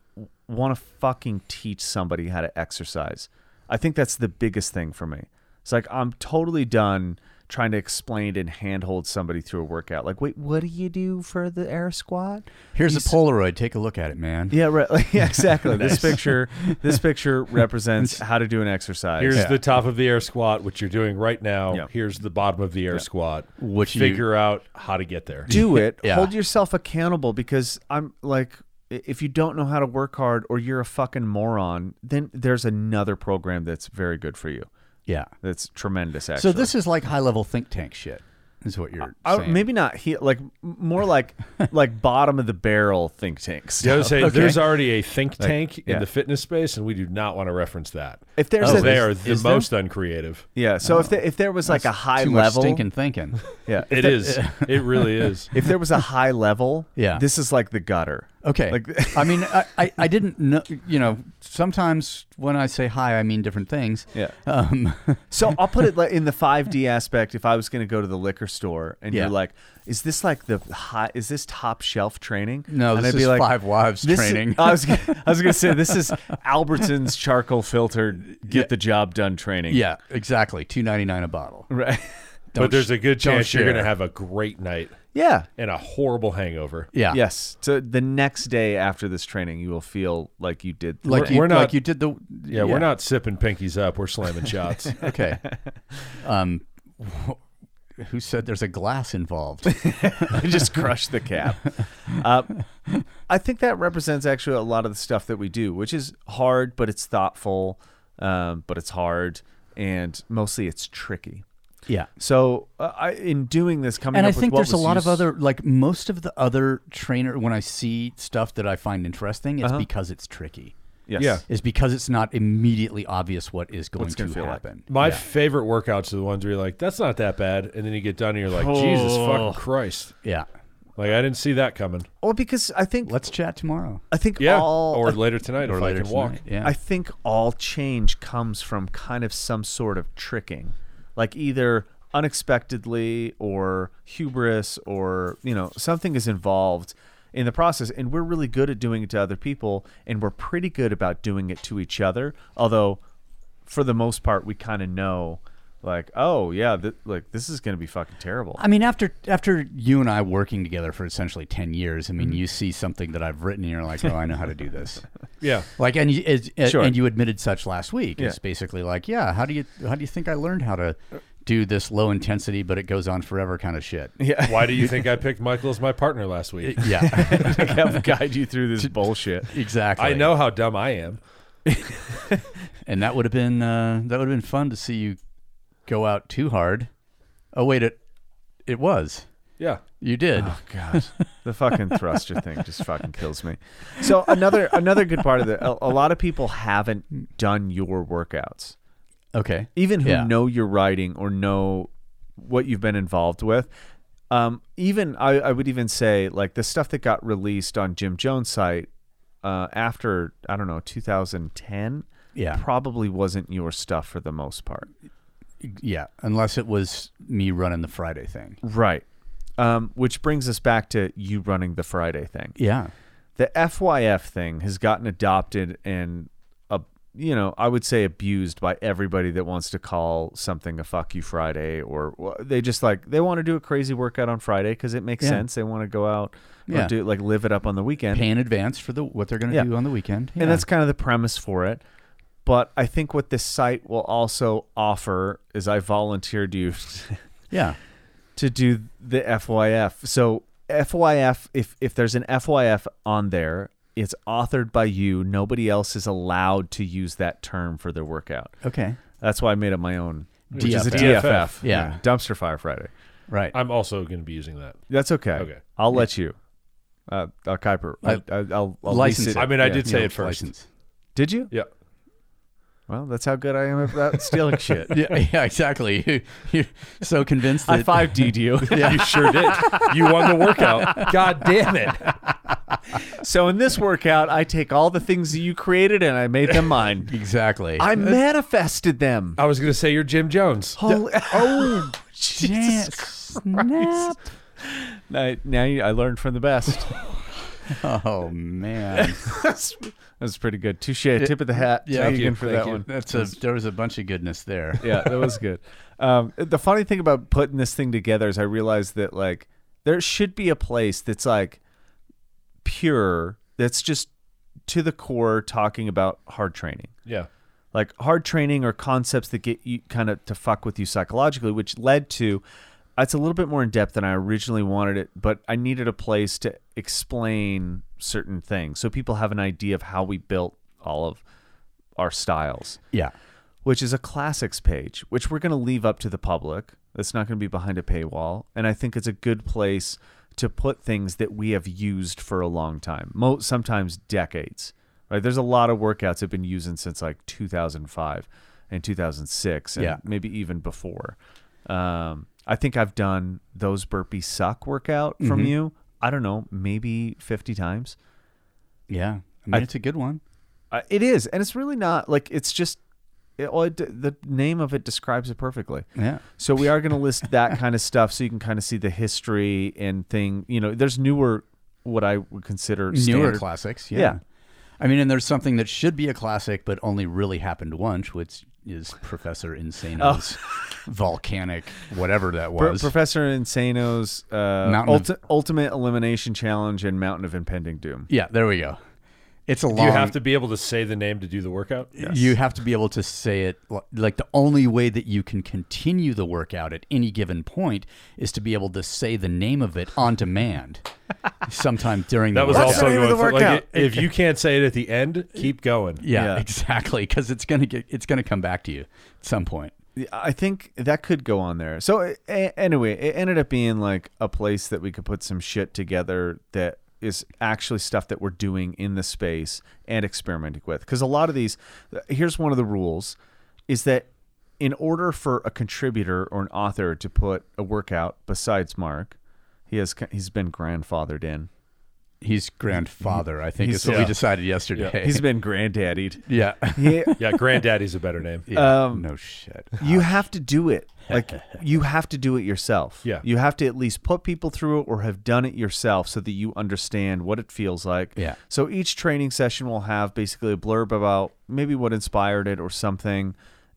Speaker 5: want to fucking teach somebody how to exercise. I think that's the biggest thing for me. It's like I'm totally done trying to explain and handhold somebody through a workout. Like, wait, what do you do for the air squat?
Speaker 4: here's a polaroid take a look at it man
Speaker 5: Yeah, right. [laughs]
Speaker 4: [laughs]
Speaker 5: Like, yeah, exactly. This picture, this picture represents how to do an exercise.
Speaker 6: Here's the top of the air squat, which you're doing right now.
Speaker 5: Yeah.
Speaker 6: Here's the bottom of the air squat.
Speaker 4: Which you-
Speaker 6: figure out how to get there.
Speaker 5: do it.
Speaker 4: Yeah.
Speaker 5: Hold yourself accountable because I'm like, i- if you don't know how to work hard or you're a fucking moron, then there's another program that's very good for you.
Speaker 4: yeah
Speaker 5: That's tremendous. Actually,
Speaker 4: so this is like high level think tank shit is what you're
Speaker 5: I-
Speaker 4: saying.
Speaker 5: maybe not he, like m- more
Speaker 4: [laughs]
Speaker 5: like like bottom of the barrel think tanks.
Speaker 6: The other say there's already a think tank in
Speaker 5: yeah.
Speaker 6: the fitness space, and we do not want to reference that.
Speaker 5: If there's
Speaker 6: So
Speaker 5: a,
Speaker 6: they are the
Speaker 4: is Oh, there?
Speaker 6: most uncreative.
Speaker 5: yeah. So if there, if there was like a high
Speaker 4: too
Speaker 5: level,
Speaker 4: much thinking thinking
Speaker 5: yeah, if
Speaker 6: It
Speaker 5: there- [laughs]
Speaker 6: is. it really is.
Speaker 5: If there was a high level,
Speaker 4: [laughs] Yeah.
Speaker 5: this is like the gutter.
Speaker 4: [laughs] okay
Speaker 5: Like- [laughs]
Speaker 4: i mean I, I i didn't know you know sometimes when i say hi i mean different things
Speaker 5: Yeah.
Speaker 4: um
Speaker 5: So
Speaker 4: [laughs]
Speaker 5: I'll put it like in the 5D aspect. If I was going to go to the liquor store and
Speaker 4: Yeah.
Speaker 5: you're like, is this like the high, is this top shelf training?
Speaker 4: No,
Speaker 5: and
Speaker 4: this is Five Wives
Speaker 5: this is-
Speaker 4: training.
Speaker 5: [laughs] I was, gonna- I was going to say,
Speaker 4: [laughs]
Speaker 5: this is Albertson's charcoal filtered, get the job done
Speaker 4: [laughs]
Speaker 5: training.
Speaker 4: yeah exactly 2.99 a bottle
Speaker 5: [laughs] Right.
Speaker 4: Don't
Speaker 6: [laughs] but there's
Speaker 4: sh-
Speaker 6: a good
Speaker 4: don't
Speaker 6: chance you're going to
Speaker 4: share.
Speaker 6: have a great night
Speaker 5: Yeah.
Speaker 6: and a horrible hangover.
Speaker 4: yeah
Speaker 5: Yes. So the next day after this training, you will feel like you did.
Speaker 4: like
Speaker 6: We're-
Speaker 4: you
Speaker 6: we're not-
Speaker 4: like you did the
Speaker 6: Yeah, we're not sipping pinkies up. We're slamming shots.
Speaker 4: [laughs] Okay. [laughs] Um, wh- who said there's a glass involved?
Speaker 5: [laughs] just crush the cap. Uh, I think that represents actually a lot of the stuff that we do, which is hard, but it's thoughtful, um, but it's hard, and mostly it's tricky.
Speaker 4: [laughs] yeah.
Speaker 5: So uh, I, in doing this, coming
Speaker 4: And I
Speaker 5: up with
Speaker 4: think
Speaker 5: what
Speaker 4: there's a
Speaker 5: was
Speaker 4: lot of
Speaker 5: used-
Speaker 4: other, like most of the other trainer, when I see stuff that I find interesting, it's because it's tricky.
Speaker 5: yes.
Speaker 6: Yeah.
Speaker 4: It's because it's not immediately obvious what is going
Speaker 5: What's
Speaker 4: to
Speaker 5: gonna feel like.
Speaker 4: happen.
Speaker 6: My favorite workouts are the ones where you're like, that's not that bad. And then you get done and you're like, Jesus fucking Christ.
Speaker 4: Yeah.
Speaker 6: Like, I didn't see that coming.
Speaker 5: Well, because I think
Speaker 4: Let's chat tomorrow.
Speaker 5: I think
Speaker 6: Yeah.
Speaker 5: all
Speaker 6: or
Speaker 5: [laughs]
Speaker 6: later
Speaker 4: [laughs]
Speaker 6: tonight
Speaker 4: Or
Speaker 6: if
Speaker 4: later
Speaker 6: I can walk.
Speaker 4: tonight. Yeah.
Speaker 5: I think all change comes from kind of some sort of tricking, like either unexpectedly or hubris or you know something is involved in the process. And we're really good at doing it to other people, and we're pretty good about doing it to each other. Although, for the most part, we kind of know, like, oh yeah, th- like this is going to be fucking terrible. [laughs]
Speaker 4: I mean, after after you and I working together for essentially ten years, I mean, you see something that I've written, and you're like, "Oh, I know how to do this."
Speaker 6: Yeah.
Speaker 4: Like, and you it's- and-
Speaker 5: Sure.
Speaker 4: and you admitted such last week. It's
Speaker 5: Yeah.
Speaker 4: basically like, yeah, how do you how do you think I learned how to do this low intensity, but it goes on forever kind of shit?
Speaker 5: yeah,
Speaker 6: Why do you think I picked Michael as my partner last week?
Speaker 4: [laughs] Yeah,
Speaker 5: [laughs] help guide you through this bullshit.
Speaker 4: exactly.
Speaker 6: I know how dumb I am.
Speaker 4: and that would have been uh, that would have been fun to see you go out too hard. Oh wait, it it was
Speaker 6: Yeah.
Speaker 4: you did.
Speaker 5: God, the fucking thruster thing just fucking kills me. So another another good part of the a, a lot of people haven't done your workouts,
Speaker 4: Okay,
Speaker 5: even who
Speaker 4: Yeah.
Speaker 5: know your writing or know what you've been involved with. Um, even I, I would even say like the stuff that got released on Jim Jones' site uh, after I don't know 2010,
Speaker 4: Yeah.
Speaker 5: probably wasn't your stuff for the most part.
Speaker 4: yeah, unless it was me running the Friday thing.
Speaker 5: Right. Um, which brings us back to you running the Friday thing.
Speaker 4: Yeah,
Speaker 5: The FYF thing has gotten adopted and uh, you know, I would say abused by everybody that wants to call something a fuck you Friday or wha- they just like they want to do a crazy workout on Friday cuz it makes
Speaker 4: Yeah.
Speaker 5: sense. They want to go out
Speaker 4: Yeah.
Speaker 5: or do like live it up on the weekend.
Speaker 4: pay in advance for the what they're going to
Speaker 5: Yeah.
Speaker 4: do on the weekend. Yeah.
Speaker 5: And that's kind of the premise for it. But I think what this site will also offer is I volunteered you [laughs]
Speaker 4: yeah,
Speaker 5: to do the FYF. So FYF, if if there's an FYF on there, it's authored by you. Nobody else is allowed to use that term for their workout.
Speaker 4: okay,
Speaker 5: That's why I made up my own, which is a
Speaker 6: DFF.
Speaker 5: DFF.
Speaker 4: Yeah.
Speaker 5: dumpster fire Friday.
Speaker 4: right.
Speaker 6: I'm also going to be using that.
Speaker 5: That's okay.
Speaker 6: Okay.
Speaker 5: I'll let you. Uh, uh Kuiper, I,
Speaker 4: I-
Speaker 5: I, I'll, I'll
Speaker 4: License
Speaker 5: lease
Speaker 4: it.
Speaker 6: I mean, I
Speaker 5: Yeah.
Speaker 6: did say it first.
Speaker 4: License.
Speaker 5: Did you?
Speaker 6: Yeah.
Speaker 5: Well, that's how good I am about stealing shit.
Speaker 4: [laughs] Yeah, yeah, exactly. [laughs] You- You're so convinced that
Speaker 5: [laughs] I five D'd you.
Speaker 6: You sure did. You won the workout. God damn it.
Speaker 5: so in this workout, I take all the things that you created and I made
Speaker 4: [laughs]
Speaker 5: them mine.
Speaker 4: exactly.
Speaker 5: I manifested them.
Speaker 6: I was going to say you're Jim Jones.
Speaker 5: Holy, [laughs] oh,
Speaker 4: Yeah, snap.
Speaker 5: Now, now you, I learned from the best.
Speaker 4: Oh
Speaker 5: [laughs]
Speaker 4: man.
Speaker 5: That's that's pretty good. Touche. Tip of the hat.
Speaker 4: Yeah,
Speaker 5: Thank
Speaker 4: thank
Speaker 5: you
Speaker 4: you,
Speaker 5: for
Speaker 4: thank
Speaker 5: that
Speaker 4: you.
Speaker 5: one.
Speaker 4: That's a there was a bunch of goodness there.
Speaker 5: yeah, that was good. [laughs] Um, the funny thing about putting this thing together is I realized that like there should be a place that's like pure, that's just to the core talking about hard training.
Speaker 6: Yeah.
Speaker 5: like hard training or concepts that get you kind of to fuck with you psychologically, which led to it's a little bit more in depth than I originally wanted it, but I needed a place to explain certain things so people have an idea of how we built all of our styles,
Speaker 4: Yeah.
Speaker 5: which is a classics page, which we're going to leave up to the public. That's not going to be behind a paywall, and I think it's a good place to put things that we have used for a long time, mo- sometimes decades. Right? There's a lot of workouts I've been using since like 2005 and 2006, and
Speaker 4: Yeah.
Speaker 5: maybe even before. Um, I think I've done those burpee suck workout from you. I don't know, maybe 50 times.
Speaker 4: Yeah. I mean, it's a good one.
Speaker 5: Uh, it is, and it's really not like it's just. It, well, it, the name of it describes it perfectly.
Speaker 4: Yeah.
Speaker 5: So we are going to list that kind of stuff, so you can kind of see the history and thing. You know, there's newer, what I would consider
Speaker 4: Newer
Speaker 5: standard-
Speaker 4: classics. Yeah.
Speaker 5: Yeah.
Speaker 4: I mean, and there's something that should be a classic, but only really happened once, which is Professor Insano's [laughs] volcanic whatever that
Speaker 5: Pro-
Speaker 4: was.
Speaker 5: Professor Insano's uh,
Speaker 4: Mountain of-
Speaker 5: ulti- ultimate elimination challenge and mountain of impending doom.
Speaker 4: yeah, there we go. It's a
Speaker 6: Do
Speaker 4: long.
Speaker 6: you have to be able to say the name to do the workout?
Speaker 4: You have to be able to say it li- like the only way that you can continue the workout at any given point is to be able to say the name of it on [laughs] demand sometime during the
Speaker 6: That was
Speaker 4: workout.
Speaker 6: also
Speaker 5: the name
Speaker 6: going
Speaker 5: of the
Speaker 6: for, like
Speaker 5: workout.
Speaker 6: if you can't say it at the end, keep going.
Speaker 4: yeah,
Speaker 5: yeah.
Speaker 4: exactly cuz it's going to get it's going to come back to you at some point.
Speaker 5: I think that could go on there. So a- anyway, it ended up being like a place that we could put some shit together that is actually stuff that we're doing in the space and experimenting with. Because a lot of these, here's one of the rules, is that in order for a contributor or an author to put a workout besides Mark, he has he's been grandfathered in.
Speaker 4: he's grandfather. I think
Speaker 5: He's-
Speaker 4: is what we
Speaker 6: yeah.
Speaker 4: decided yesterday.
Speaker 5: He's been granddaddied.
Speaker 4: [laughs] yeah.
Speaker 5: Yeah.
Speaker 6: Yeah, granddaddy's a better name.
Speaker 4: [laughs] Yeah,
Speaker 5: Um,
Speaker 4: no shit.
Speaker 5: You have to do it.
Speaker 6: [laughs]
Speaker 5: Like you have to do it yourself.
Speaker 6: Yeah.
Speaker 5: You have to at least put people through it or have done it yourself so that you understand what it feels like.
Speaker 4: Yeah.
Speaker 5: So each training session will have basically a blurb about maybe what inspired it or something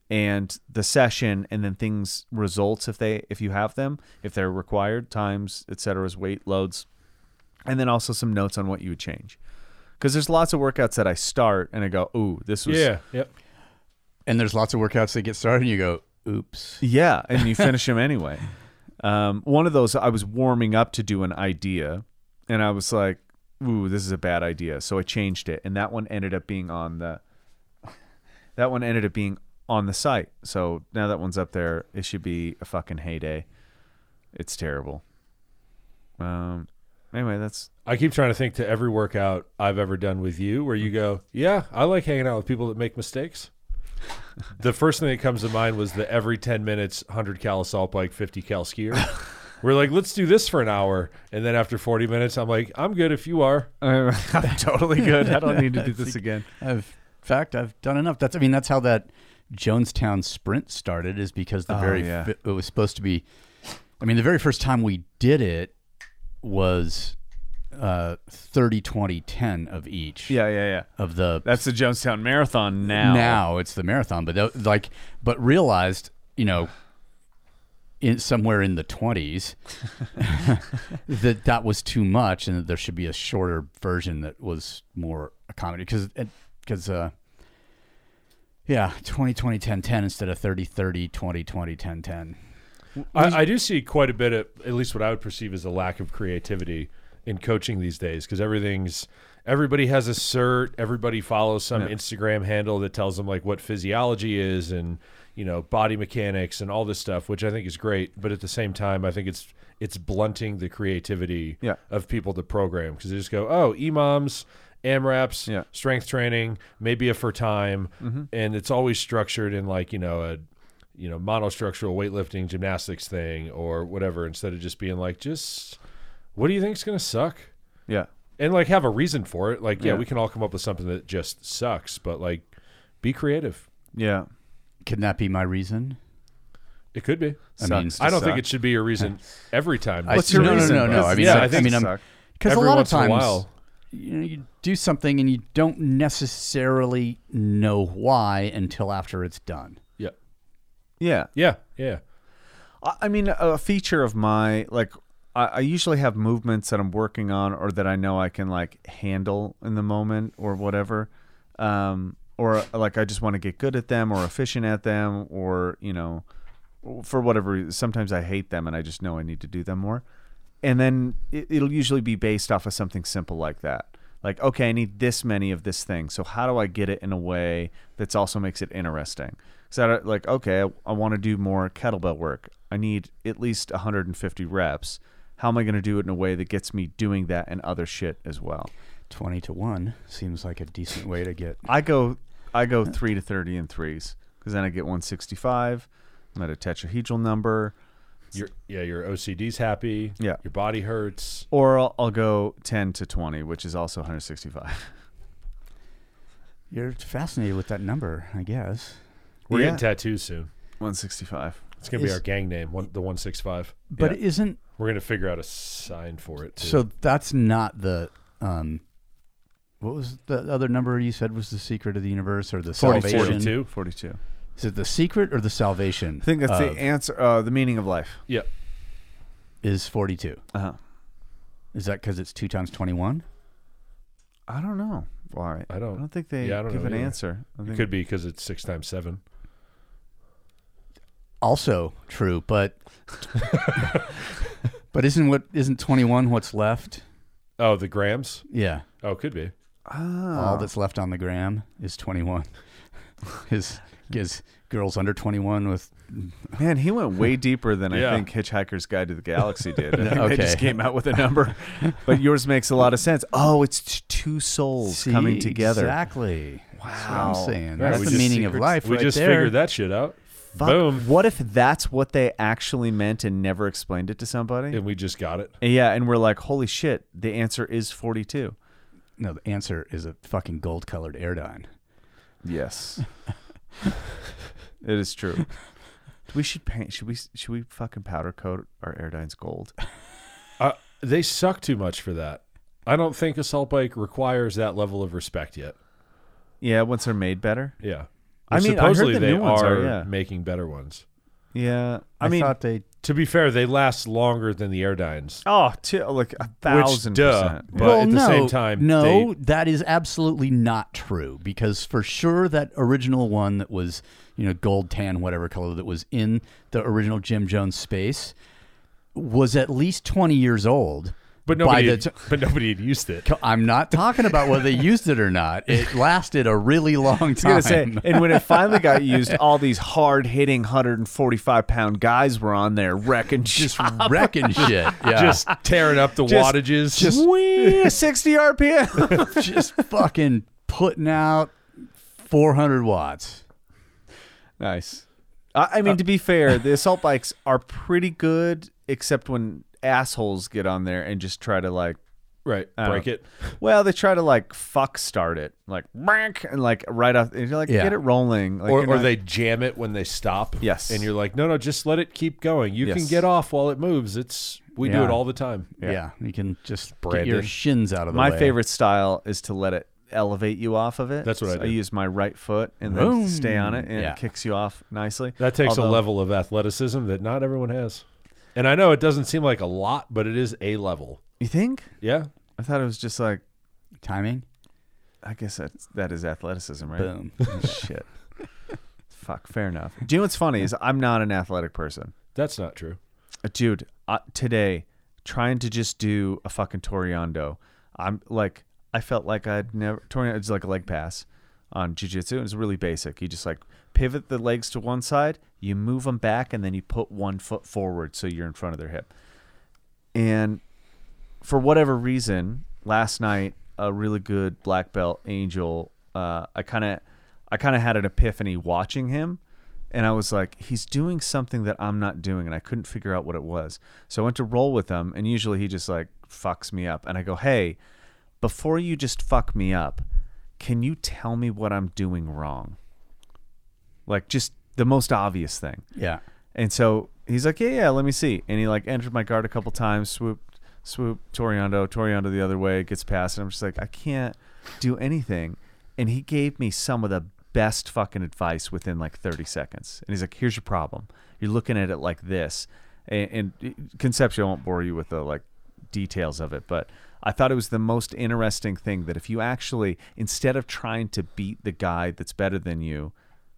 Speaker 5: and the session and then things results if they if you have them, if they're required, times, et cetera's weight, loads, and then also some notes on what you would change. Because there's lots of workouts that I start and I go, ooh, this was
Speaker 6: Yeah, yep.
Speaker 4: And there's lots of workouts that get started, and you go, "Oops."
Speaker 5: Yeah, and you finish them anyway. Um, one of those I was warming up to do an idea, and I was like, "Ooh, this is a bad idea," so I changed it, and that one ended up being on the. [laughs] That one ended up being on the site, so now that one's up there, it should be a fucking heyday. It's terrible. Um. Anyway, that's
Speaker 6: I keep trying to think to every workout I've ever done with you where you go, Yeah, I like hanging out with people that make mistakes. the first thing that comes to mind was the every 10 minutes, 100 cal assault bike, 50 cal skier. We're like, Let's do this for an hour. And then after 40 minutes, I'm like, I'm good if you are.
Speaker 5: I'm totally good. I don't need to do this again.
Speaker 4: I've, in fact, I've done enough. That's. I mean, that's how that Jonestown sprint started. Is because the
Speaker 5: Oh,
Speaker 4: very
Speaker 5: yeah.
Speaker 4: fi- it was supposed to be. I mean, the very first time we did it was uh 30 20 10 of each
Speaker 5: Yeah, yeah, yeah.
Speaker 4: of the
Speaker 5: That's the Jonestown Marathon now.
Speaker 4: now it's the marathon but tho- like but realized you know in somewhere in the 20s [laughs] that that was too much and that there should be a shorter version that was more accommodating because because uh yeah 20 20 10 10 instead of 30 30 20 20 10 10
Speaker 6: I, I do see quite a bit of at least what I would perceive as a lack of creativity in coaching these days because everything's everybody has a cert, everybody follows some Instagram handle that tells them like what physiology is and you know body mechanics and all this stuff, which I think is great. But at the same time, I think it's it's blunting the creativity
Speaker 5: Yeah.
Speaker 6: of people to program because they just go, oh, EMOMs, AMRAPs,
Speaker 5: Yeah. Mm-hmm.
Speaker 6: strength training, maybe a for time, and it's always structured in like you know a you know monostructural weightlifting gymnastics thing or whatever instead of just being like just what do you think's gonna suck
Speaker 5: Yeah.
Speaker 6: and like have a reason for it like yeah,
Speaker 5: Yeah.
Speaker 6: we can all come up with something that just sucks but like be creative
Speaker 5: Yeah.
Speaker 4: can that be my reason
Speaker 6: it could be
Speaker 4: I mean,
Speaker 5: Sucks to
Speaker 6: i don't think
Speaker 5: suck.
Speaker 6: it should be
Speaker 5: [laughs]
Speaker 6: your reason every time
Speaker 4: I-
Speaker 5: What's your
Speaker 4: no, no,
Speaker 5: reason,
Speaker 4: no, no,
Speaker 5: bro?
Speaker 4: I mean,
Speaker 6: Yeah,
Speaker 4: I,
Speaker 6: I
Speaker 4: I
Speaker 6: think-
Speaker 4: mean, I'm,
Speaker 5: Suck.
Speaker 4: because a
Speaker 6: Every
Speaker 4: lot of
Speaker 6: once in a
Speaker 4: times,
Speaker 6: while.
Speaker 4: you know, you do something and you don't necessarily know why until after it's done.
Speaker 6: yeah
Speaker 5: Yeah.
Speaker 6: yeah yeah
Speaker 5: I I mean, a feature of my like, I, I usually have movements that I'm working on or that I know I can like handle in the moment or whatever, um, or like I just want to get good at them or efficient at them or you know, for whatever. reason. Sometimes I hate them and I just know I need to do them more, and then it, it'll usually be based off of something simple like that. Like, okay, I need this many of this thing. So how do I get it in a way that's also makes it interesting? So like, okay, I, I want to do more kettlebell work. I need at least 150 reps. How am I going to do it in a way that gets me doing that and other shit as well?
Speaker 4: 20 to 1 seems like a decent way to get.
Speaker 5: I go, I go three to 30 in threes because then I get 165. I'm at a tetrahedral number.
Speaker 6: your yeah your ocd's happy
Speaker 5: Yeah.
Speaker 6: your body hurts
Speaker 5: Or I'll, I'll go 10 to 20, which is also [laughs] 165.
Speaker 4: You're fascinated with that number, I guess.
Speaker 6: we're
Speaker 5: Yeah.
Speaker 6: getting tattoos soon
Speaker 5: 165.
Speaker 6: it's gonna be
Speaker 4: Is-
Speaker 6: our gang name one, the 165
Speaker 4: But
Speaker 5: Yeah.
Speaker 4: isn't
Speaker 6: we're gonna figure out a sign for it too.
Speaker 4: so that's not the um what was the other number you said was the secret of the universe or the
Speaker 5: 42.
Speaker 4: salvation?
Speaker 6: 42
Speaker 5: 42.
Speaker 4: Is it the secret or the salvation?
Speaker 5: I think that's
Speaker 4: of-
Speaker 5: the answer, uh, the meaning of life.
Speaker 6: yeah
Speaker 4: is 42.
Speaker 5: Uh-huh.
Speaker 4: Is that cuz it's 2 times 21?
Speaker 5: I don't know why.
Speaker 6: I don't-
Speaker 5: I don't think they
Speaker 6: yeah, I don't
Speaker 5: give
Speaker 6: know
Speaker 5: an
Speaker 6: either.
Speaker 5: answer. I think
Speaker 6: could be because it's six times seven
Speaker 4: also true, [laughs] but but isn't what isn't 21 what's left?
Speaker 6: Oh, the grams?
Speaker 4: Yeah.
Speaker 6: Oh, could be.
Speaker 5: Ah,
Speaker 4: All that's left on the gram is 21. [laughs] his his girls under 21 with
Speaker 5: Man, he went way deeper than
Speaker 6: Yeah.
Speaker 5: I think Hitchhiker's Guide to the Galaxy did.
Speaker 6: [laughs]
Speaker 5: I think
Speaker 4: Okay.
Speaker 5: They just came out with a number, but yours makes a lot of sense. Oh, it's t- two souls coming
Speaker 4: See,
Speaker 5: together.
Speaker 4: Exactly. Wow. That's what I'm saying.
Speaker 6: Right,
Speaker 4: That's
Speaker 6: we
Speaker 4: the
Speaker 6: just-
Speaker 4: meaning of life
Speaker 6: We
Speaker 4: right
Speaker 6: just
Speaker 4: there.
Speaker 6: figured that shit out.
Speaker 5: Fuck,
Speaker 6: Boom.
Speaker 5: What if that's what they actually meant and never explained it to somebody?
Speaker 6: and we just got it.
Speaker 5: yeah, and we're like, holy shit, the answer is 42.
Speaker 4: No, the answer is a fucking gold colored Airdyne.
Speaker 5: [laughs] Yes. it is true. We should paint should we should we fucking powder coat our Airdyne's gold?
Speaker 6: Uh, they suck too much for that. I don't think assault bike requires that level of respect yet.
Speaker 5: Yeah, once they're made better.
Speaker 6: Yeah.
Speaker 5: I mean, I heard
Speaker 6: supposedly
Speaker 5: the
Speaker 6: they
Speaker 5: new ones are, yeah.
Speaker 6: making better ones.
Speaker 5: Yeah. I, mean
Speaker 4: thought they
Speaker 6: To be fair, they last longer than the Airdynes.
Speaker 5: Oh, two, like a thousand
Speaker 6: duh.
Speaker 5: percent.
Speaker 6: But at the same time,
Speaker 4: no,
Speaker 6: they-
Speaker 4: that is absolutely not true. Because for sure, that original one that was, you know, gold, tan, whatever color that was in the original Jim Jones space was at least twenty years old.
Speaker 6: But
Speaker 4: by
Speaker 6: nobody,
Speaker 4: the
Speaker 6: had,
Speaker 4: ti-
Speaker 6: but nobody had used it.
Speaker 4: I'm not talking about whether they [laughs] used it or not. It lasted a really long
Speaker 5: I
Speaker 4: time.
Speaker 5: was gonna say, and when it finally got used, all these hard hitting 145 pound guys were on there wrecking [laughs] just
Speaker 4: [laughs]
Speaker 6: [laughs]
Speaker 4: wrecking shit. Yeah.
Speaker 6: Just tearing up the
Speaker 5: Just- [laughs]
Speaker 6: wattages.
Speaker 5: Whee, 60 RPM.
Speaker 4: just fucking putting out 400 watts.
Speaker 5: [laughs] nice. Uh, I, I mean, to be fair, the assault bikes are pretty good, except when assholes get on there and just try to like.
Speaker 6: right.
Speaker 5: I don't
Speaker 6: Break
Speaker 5: know.
Speaker 6: it.
Speaker 5: Well, they try to like fuck start it, like brank, and like right off, and you're like
Speaker 4: Yeah.
Speaker 5: get it rolling, like,
Speaker 6: or
Speaker 5: you're
Speaker 6: or
Speaker 5: not-
Speaker 6: they jam it when they stop.
Speaker 5: Yes.
Speaker 6: And you're like, no, no, just let it keep going. You can
Speaker 5: Yes.
Speaker 6: get off while it moves. It's we do
Speaker 4: Yeah.
Speaker 6: it all the time.
Speaker 4: Yeah. You can just get
Speaker 6: Brandon.
Speaker 4: your shins out of the
Speaker 5: My
Speaker 4: way.
Speaker 5: favorite style is to let it elevate you off of it.
Speaker 6: That's what I
Speaker 5: So I
Speaker 6: do.
Speaker 5: use my right foot and then
Speaker 4: Boom.
Speaker 5: stay on it, and
Speaker 4: Yeah.
Speaker 5: it kicks you off nicely.
Speaker 6: That takes a
Speaker 5: Although-
Speaker 6: level of athleticism that not everyone has. And I know it doesn't seem like a lot, but it is a level.
Speaker 5: You think?
Speaker 6: Yeah.
Speaker 5: I thought it was just like.
Speaker 4: timing.
Speaker 5: I guess that that is athleticism, right?
Speaker 6: [laughs]
Speaker 4: Boom.
Speaker 5: Shit. Fuck. Fair enough. Do you know what's funny is I'm not an athletic person,
Speaker 6: That's not true.
Speaker 5: Uh, dude. Uh, today, trying to just do a fucking Toriando, I'm like, I felt like I'd never Toriando is like a leg pass on jujitsu. It's really basic. You just like pivot the legs to one side, you move them back, and then you put one foot forward so you're in front of their hip. And for whatever reason, last night a really good black belt angel. Uh, I kind of, I kind of had an epiphany watching him, and I was like, he's doing something that I'm not doing, and I couldn't figure out what it was. So I went to roll with him, and usually he just like fucks me up, and I go, hey, before you just fuck me up, can you tell me what I'm doing wrong? Like just the most obvious thing.
Speaker 4: Yeah.
Speaker 5: And so he's like, yeah, yeah, let me see. And he like entered my guard a couple times, swooped, swooped Toriando, Toriando the other way, gets past. And I'm just like, I can't do anything. And he gave me some of the best fucking advice within like 30 seconds. And he's like, here's your problem. You're looking at it like this. And, and conceptually, I won't bore you with the like details of it, but I thought it was the most interesting thing that if you actually, instead of trying to beat the guy that's better than you,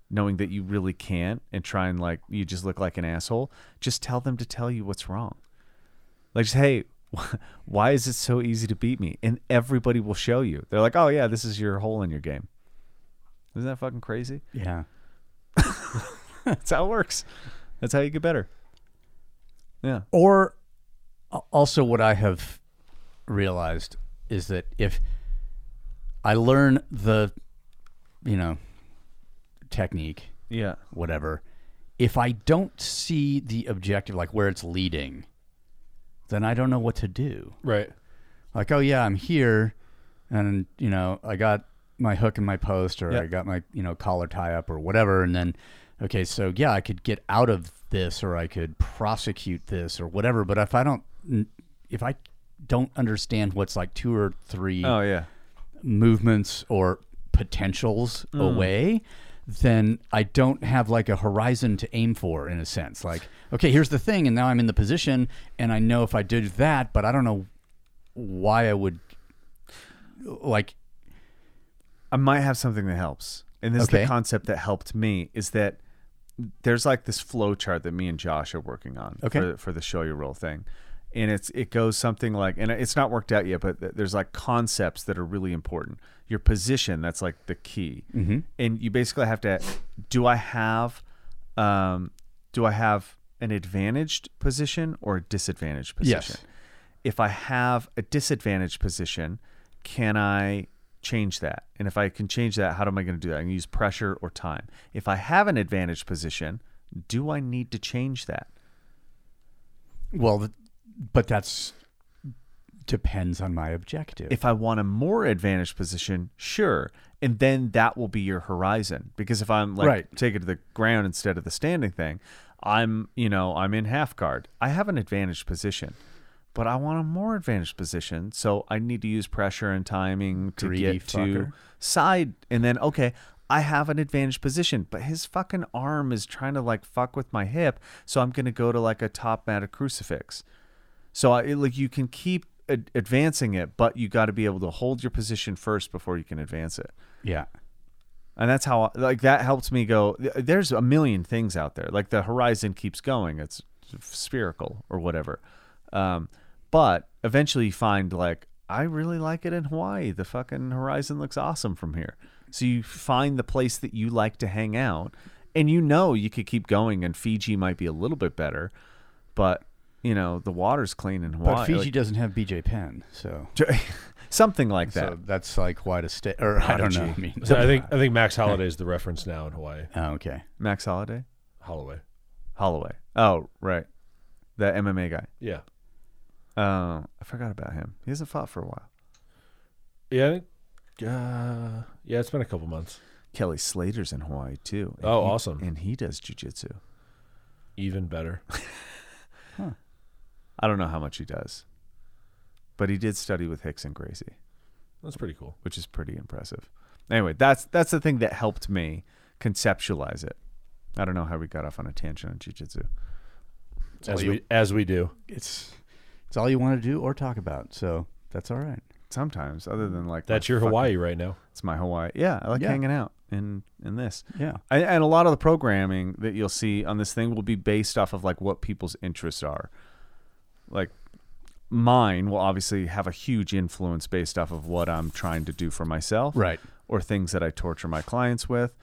Speaker 5: knowing that you really can't and try and like you just look like an asshole just tell them to tell you what's wrong like just hey [laughs] why is it so easy to beat me and everybody will show you they're like oh yeah this is your hole in your game isn't that fucking crazy [laughs]
Speaker 4: Yeah.
Speaker 5: that's how it works that's how you get better yeah
Speaker 4: Or a- also, what I have realized is that if I learn the, you know, technique,
Speaker 5: yeah
Speaker 4: whatever, if I don't see the objective, like where it's leading, then I don't know what to do.
Speaker 6: Right.
Speaker 4: like oh yeah i'm here and you know i got my hook in my post or i
Speaker 5: Yep.
Speaker 4: got my you know collar tie up or whatever and then okay so yeah i could get out of this or i could prosecute this or whatever but if i don't if i don't understand what's like two or three
Speaker 5: oh yeah
Speaker 4: movements or potentials
Speaker 5: Mm.
Speaker 4: away then i don't have like a horizon to aim for in a sense like okay here's the thing and now i'm in the position and i know if i did that but i don't know why i would like
Speaker 5: I might have something that helps. And this
Speaker 4: Okay.
Speaker 5: is the concept that helped me is that there's like this flow chart that me and Josh are working on
Speaker 4: Okay.
Speaker 5: for, for the show your role thing. And it's it goes something like and it's not worked out yet, but th- there's like concepts that are really important. Your position, that's like the key.
Speaker 4: Mm-hmm.
Speaker 5: And you basically have to do I have um do I have an advantaged position or a disadvantaged position?
Speaker 4: Yes.
Speaker 5: if I have a disadvantaged position, can I change that? And if I can change that, how am I going to do that? I'm going to use pressure or time. If I have an advantaged position, do I need to change that?
Speaker 4: Well, th- but that's depends on my objective.
Speaker 5: If I want a more advantaged position, sure. And then that will be your horizon. Because if I'm like
Speaker 4: Right.
Speaker 5: take it to the ground instead of the standing thing, I'm, you know, I'm in half guard. I have an advantaged position, but I want a more advantaged position. So I need to use pressure and timing to
Speaker 4: Greedy
Speaker 5: get to
Speaker 4: fucker.
Speaker 5: side. And then, okay, I have an advantaged position, but his fucking arm is trying to like fuck with my hip. So I'm going to go to like a top mat, a crucifix. So I, it- like you can keep ad- advancing it, but you got to be able to hold your position first before you can advance it.
Speaker 4: yeah.
Speaker 5: And that's how like that helps me go. th- There's a million things out there. Like the horizon keeps going. It's spherical or whatever. Um, but eventually you find like I really like it in Hawaii. The fucking horizon looks awesome from here. So you find the place that you like to hang out, and you know you could keep going. And Fiji might be a little bit better, but you know the water's clean in Hawaii.
Speaker 4: But Fiji
Speaker 5: Like-
Speaker 4: doesn't have BJ Penn, so
Speaker 5: [laughs] something like that.
Speaker 4: so that's like why to stay. Or I don't know. I mean,
Speaker 6: So
Speaker 5: [laughs]
Speaker 6: I think I think Max Holliday is the reference now in Hawaii.
Speaker 4: [laughs] Oh, okay.
Speaker 5: Max Holiday,
Speaker 6: Holloway.
Speaker 5: Holloway. Oh, right, the MMA guy.
Speaker 6: Yeah.
Speaker 5: Uh, I forgot about him. He hasn't fought for a while.
Speaker 6: Yeah. I think- Uh, yeah, it's been a couple months.
Speaker 5: Kelly Slater's in Hawaii too. and
Speaker 6: Oh,
Speaker 5: he-
Speaker 6: awesome.
Speaker 5: And he does jujitsu.
Speaker 6: Even better.
Speaker 5: I don't know how much he does, but he did study with Hicks and Gracie,
Speaker 6: That's pretty cool.
Speaker 5: which is pretty impressive. Anyway, that's that's the thing that helped me conceptualize it. I don't know how we got off on a tangent on jujitsu.
Speaker 6: As
Speaker 4: you-
Speaker 6: we as we do.
Speaker 4: It's it's all you want to do or talk about, so that's all right.
Speaker 5: Sometimes, other than like my
Speaker 6: That's your
Speaker 5: fucking-
Speaker 6: Hawaii right now.
Speaker 5: It's my Hawaii. Yeah, I like
Speaker 4: Yeah.
Speaker 5: hanging out in in this.
Speaker 4: Yeah.
Speaker 5: and, and a lot of the programming that you'll see on this thing will be based off of like what people's interests are like mine will obviously have a huge influence based off of what i'm trying to do for myself
Speaker 4: Right.
Speaker 5: or things that i torture my clients with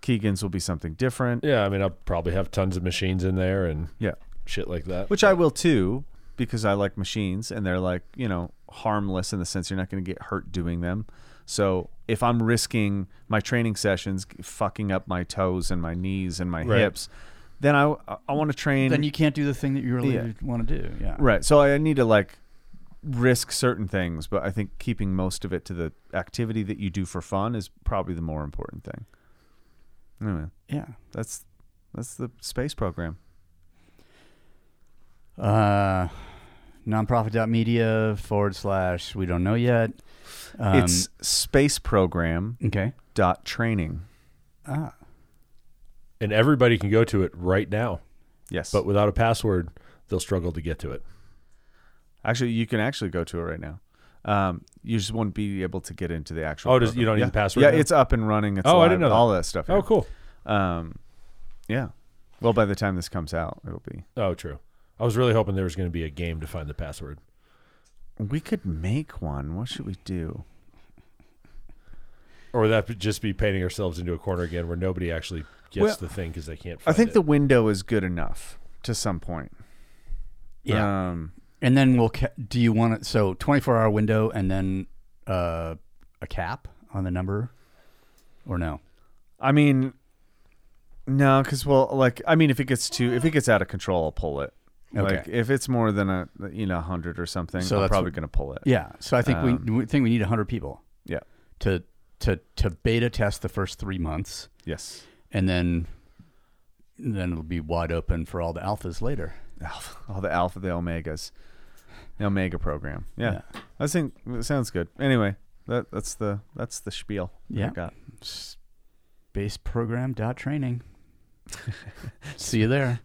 Speaker 5: keegan's will be something different
Speaker 6: Yeah, I mean I'll probably have tons of machines in there and
Speaker 5: yeah
Speaker 6: shit like that.
Speaker 5: which i will too because i like machines and they're like you know harmless in the sense you're not going to get hurt doing them so if i'm risking my training sessions fucking up my toes and my knees and my
Speaker 6: Right.
Speaker 5: hips then i i want to train
Speaker 4: Then you can't do the thing that you really
Speaker 5: Yeah.
Speaker 4: want to do. Yeah.
Speaker 5: Right. So I need to like risk certain things, but I think keeping most of it to the activity that you do for fun is probably the more important thing. Anyway,
Speaker 4: Yeah.
Speaker 5: that's that's the space program.
Speaker 4: Uh, nonprofit.media forward slash we don't know yet. Um,
Speaker 5: it's space program
Speaker 4: okay.
Speaker 5: dot training.
Speaker 4: Ah,
Speaker 6: and everybody can go to it right now.
Speaker 5: Yes.
Speaker 6: But without a password, they'll struggle to get to it.
Speaker 5: actually, you can actually go to it right now. Um, you just won't be able to get into the actual.
Speaker 6: Oh, does-
Speaker 5: program.
Speaker 6: you don't need
Speaker 5: Yeah.
Speaker 6: the password
Speaker 5: Yeah,
Speaker 6: now?
Speaker 5: it's up and running. It's
Speaker 6: Oh, I
Speaker 5: live,
Speaker 6: didn't know that.
Speaker 5: all that stuff.
Speaker 6: Oh, cool.
Speaker 5: cool. Um, yeah. Well, by the time this comes out, it'll be.
Speaker 6: Oh, true. I was really hoping there was going to be a game to find the password.
Speaker 5: We could make one. What should we do?
Speaker 6: Or would that would just be painting ourselves into a corner again where nobody actually gets
Speaker 5: Well,
Speaker 6: the thing because they can't
Speaker 5: I
Speaker 6: find
Speaker 5: think
Speaker 6: it.
Speaker 5: the window is good enough to some point.
Speaker 4: yeah.
Speaker 5: Um,
Speaker 4: and then we'll. Ca- do you want it? So twenty four hour window, and then uh, a cap on the number, or no?
Speaker 5: I mean, no, because well, like I mean, if it gets too, if it gets out of control, I'll pull it.
Speaker 4: Okay.
Speaker 5: Like if it's more than a you know hundred or something,
Speaker 4: So
Speaker 5: I'm
Speaker 4: that's
Speaker 5: probably
Speaker 4: what-
Speaker 5: gonna pull it.
Speaker 4: Yeah. So I think we, we think we need hundred people
Speaker 5: Yeah.
Speaker 4: to to to beta test the first three months,
Speaker 5: Yes.
Speaker 4: and then then it'll be wide open for all the alphas later.
Speaker 5: Alpha, all the alpha, the omegas, the omega program. Yeah.
Speaker 4: Yeah.
Speaker 5: I think that sounds good. Anyway, that that's the that's the spiel. that I
Speaker 4: Yeah.
Speaker 5: got.
Speaker 4: Space program dot training. See you there.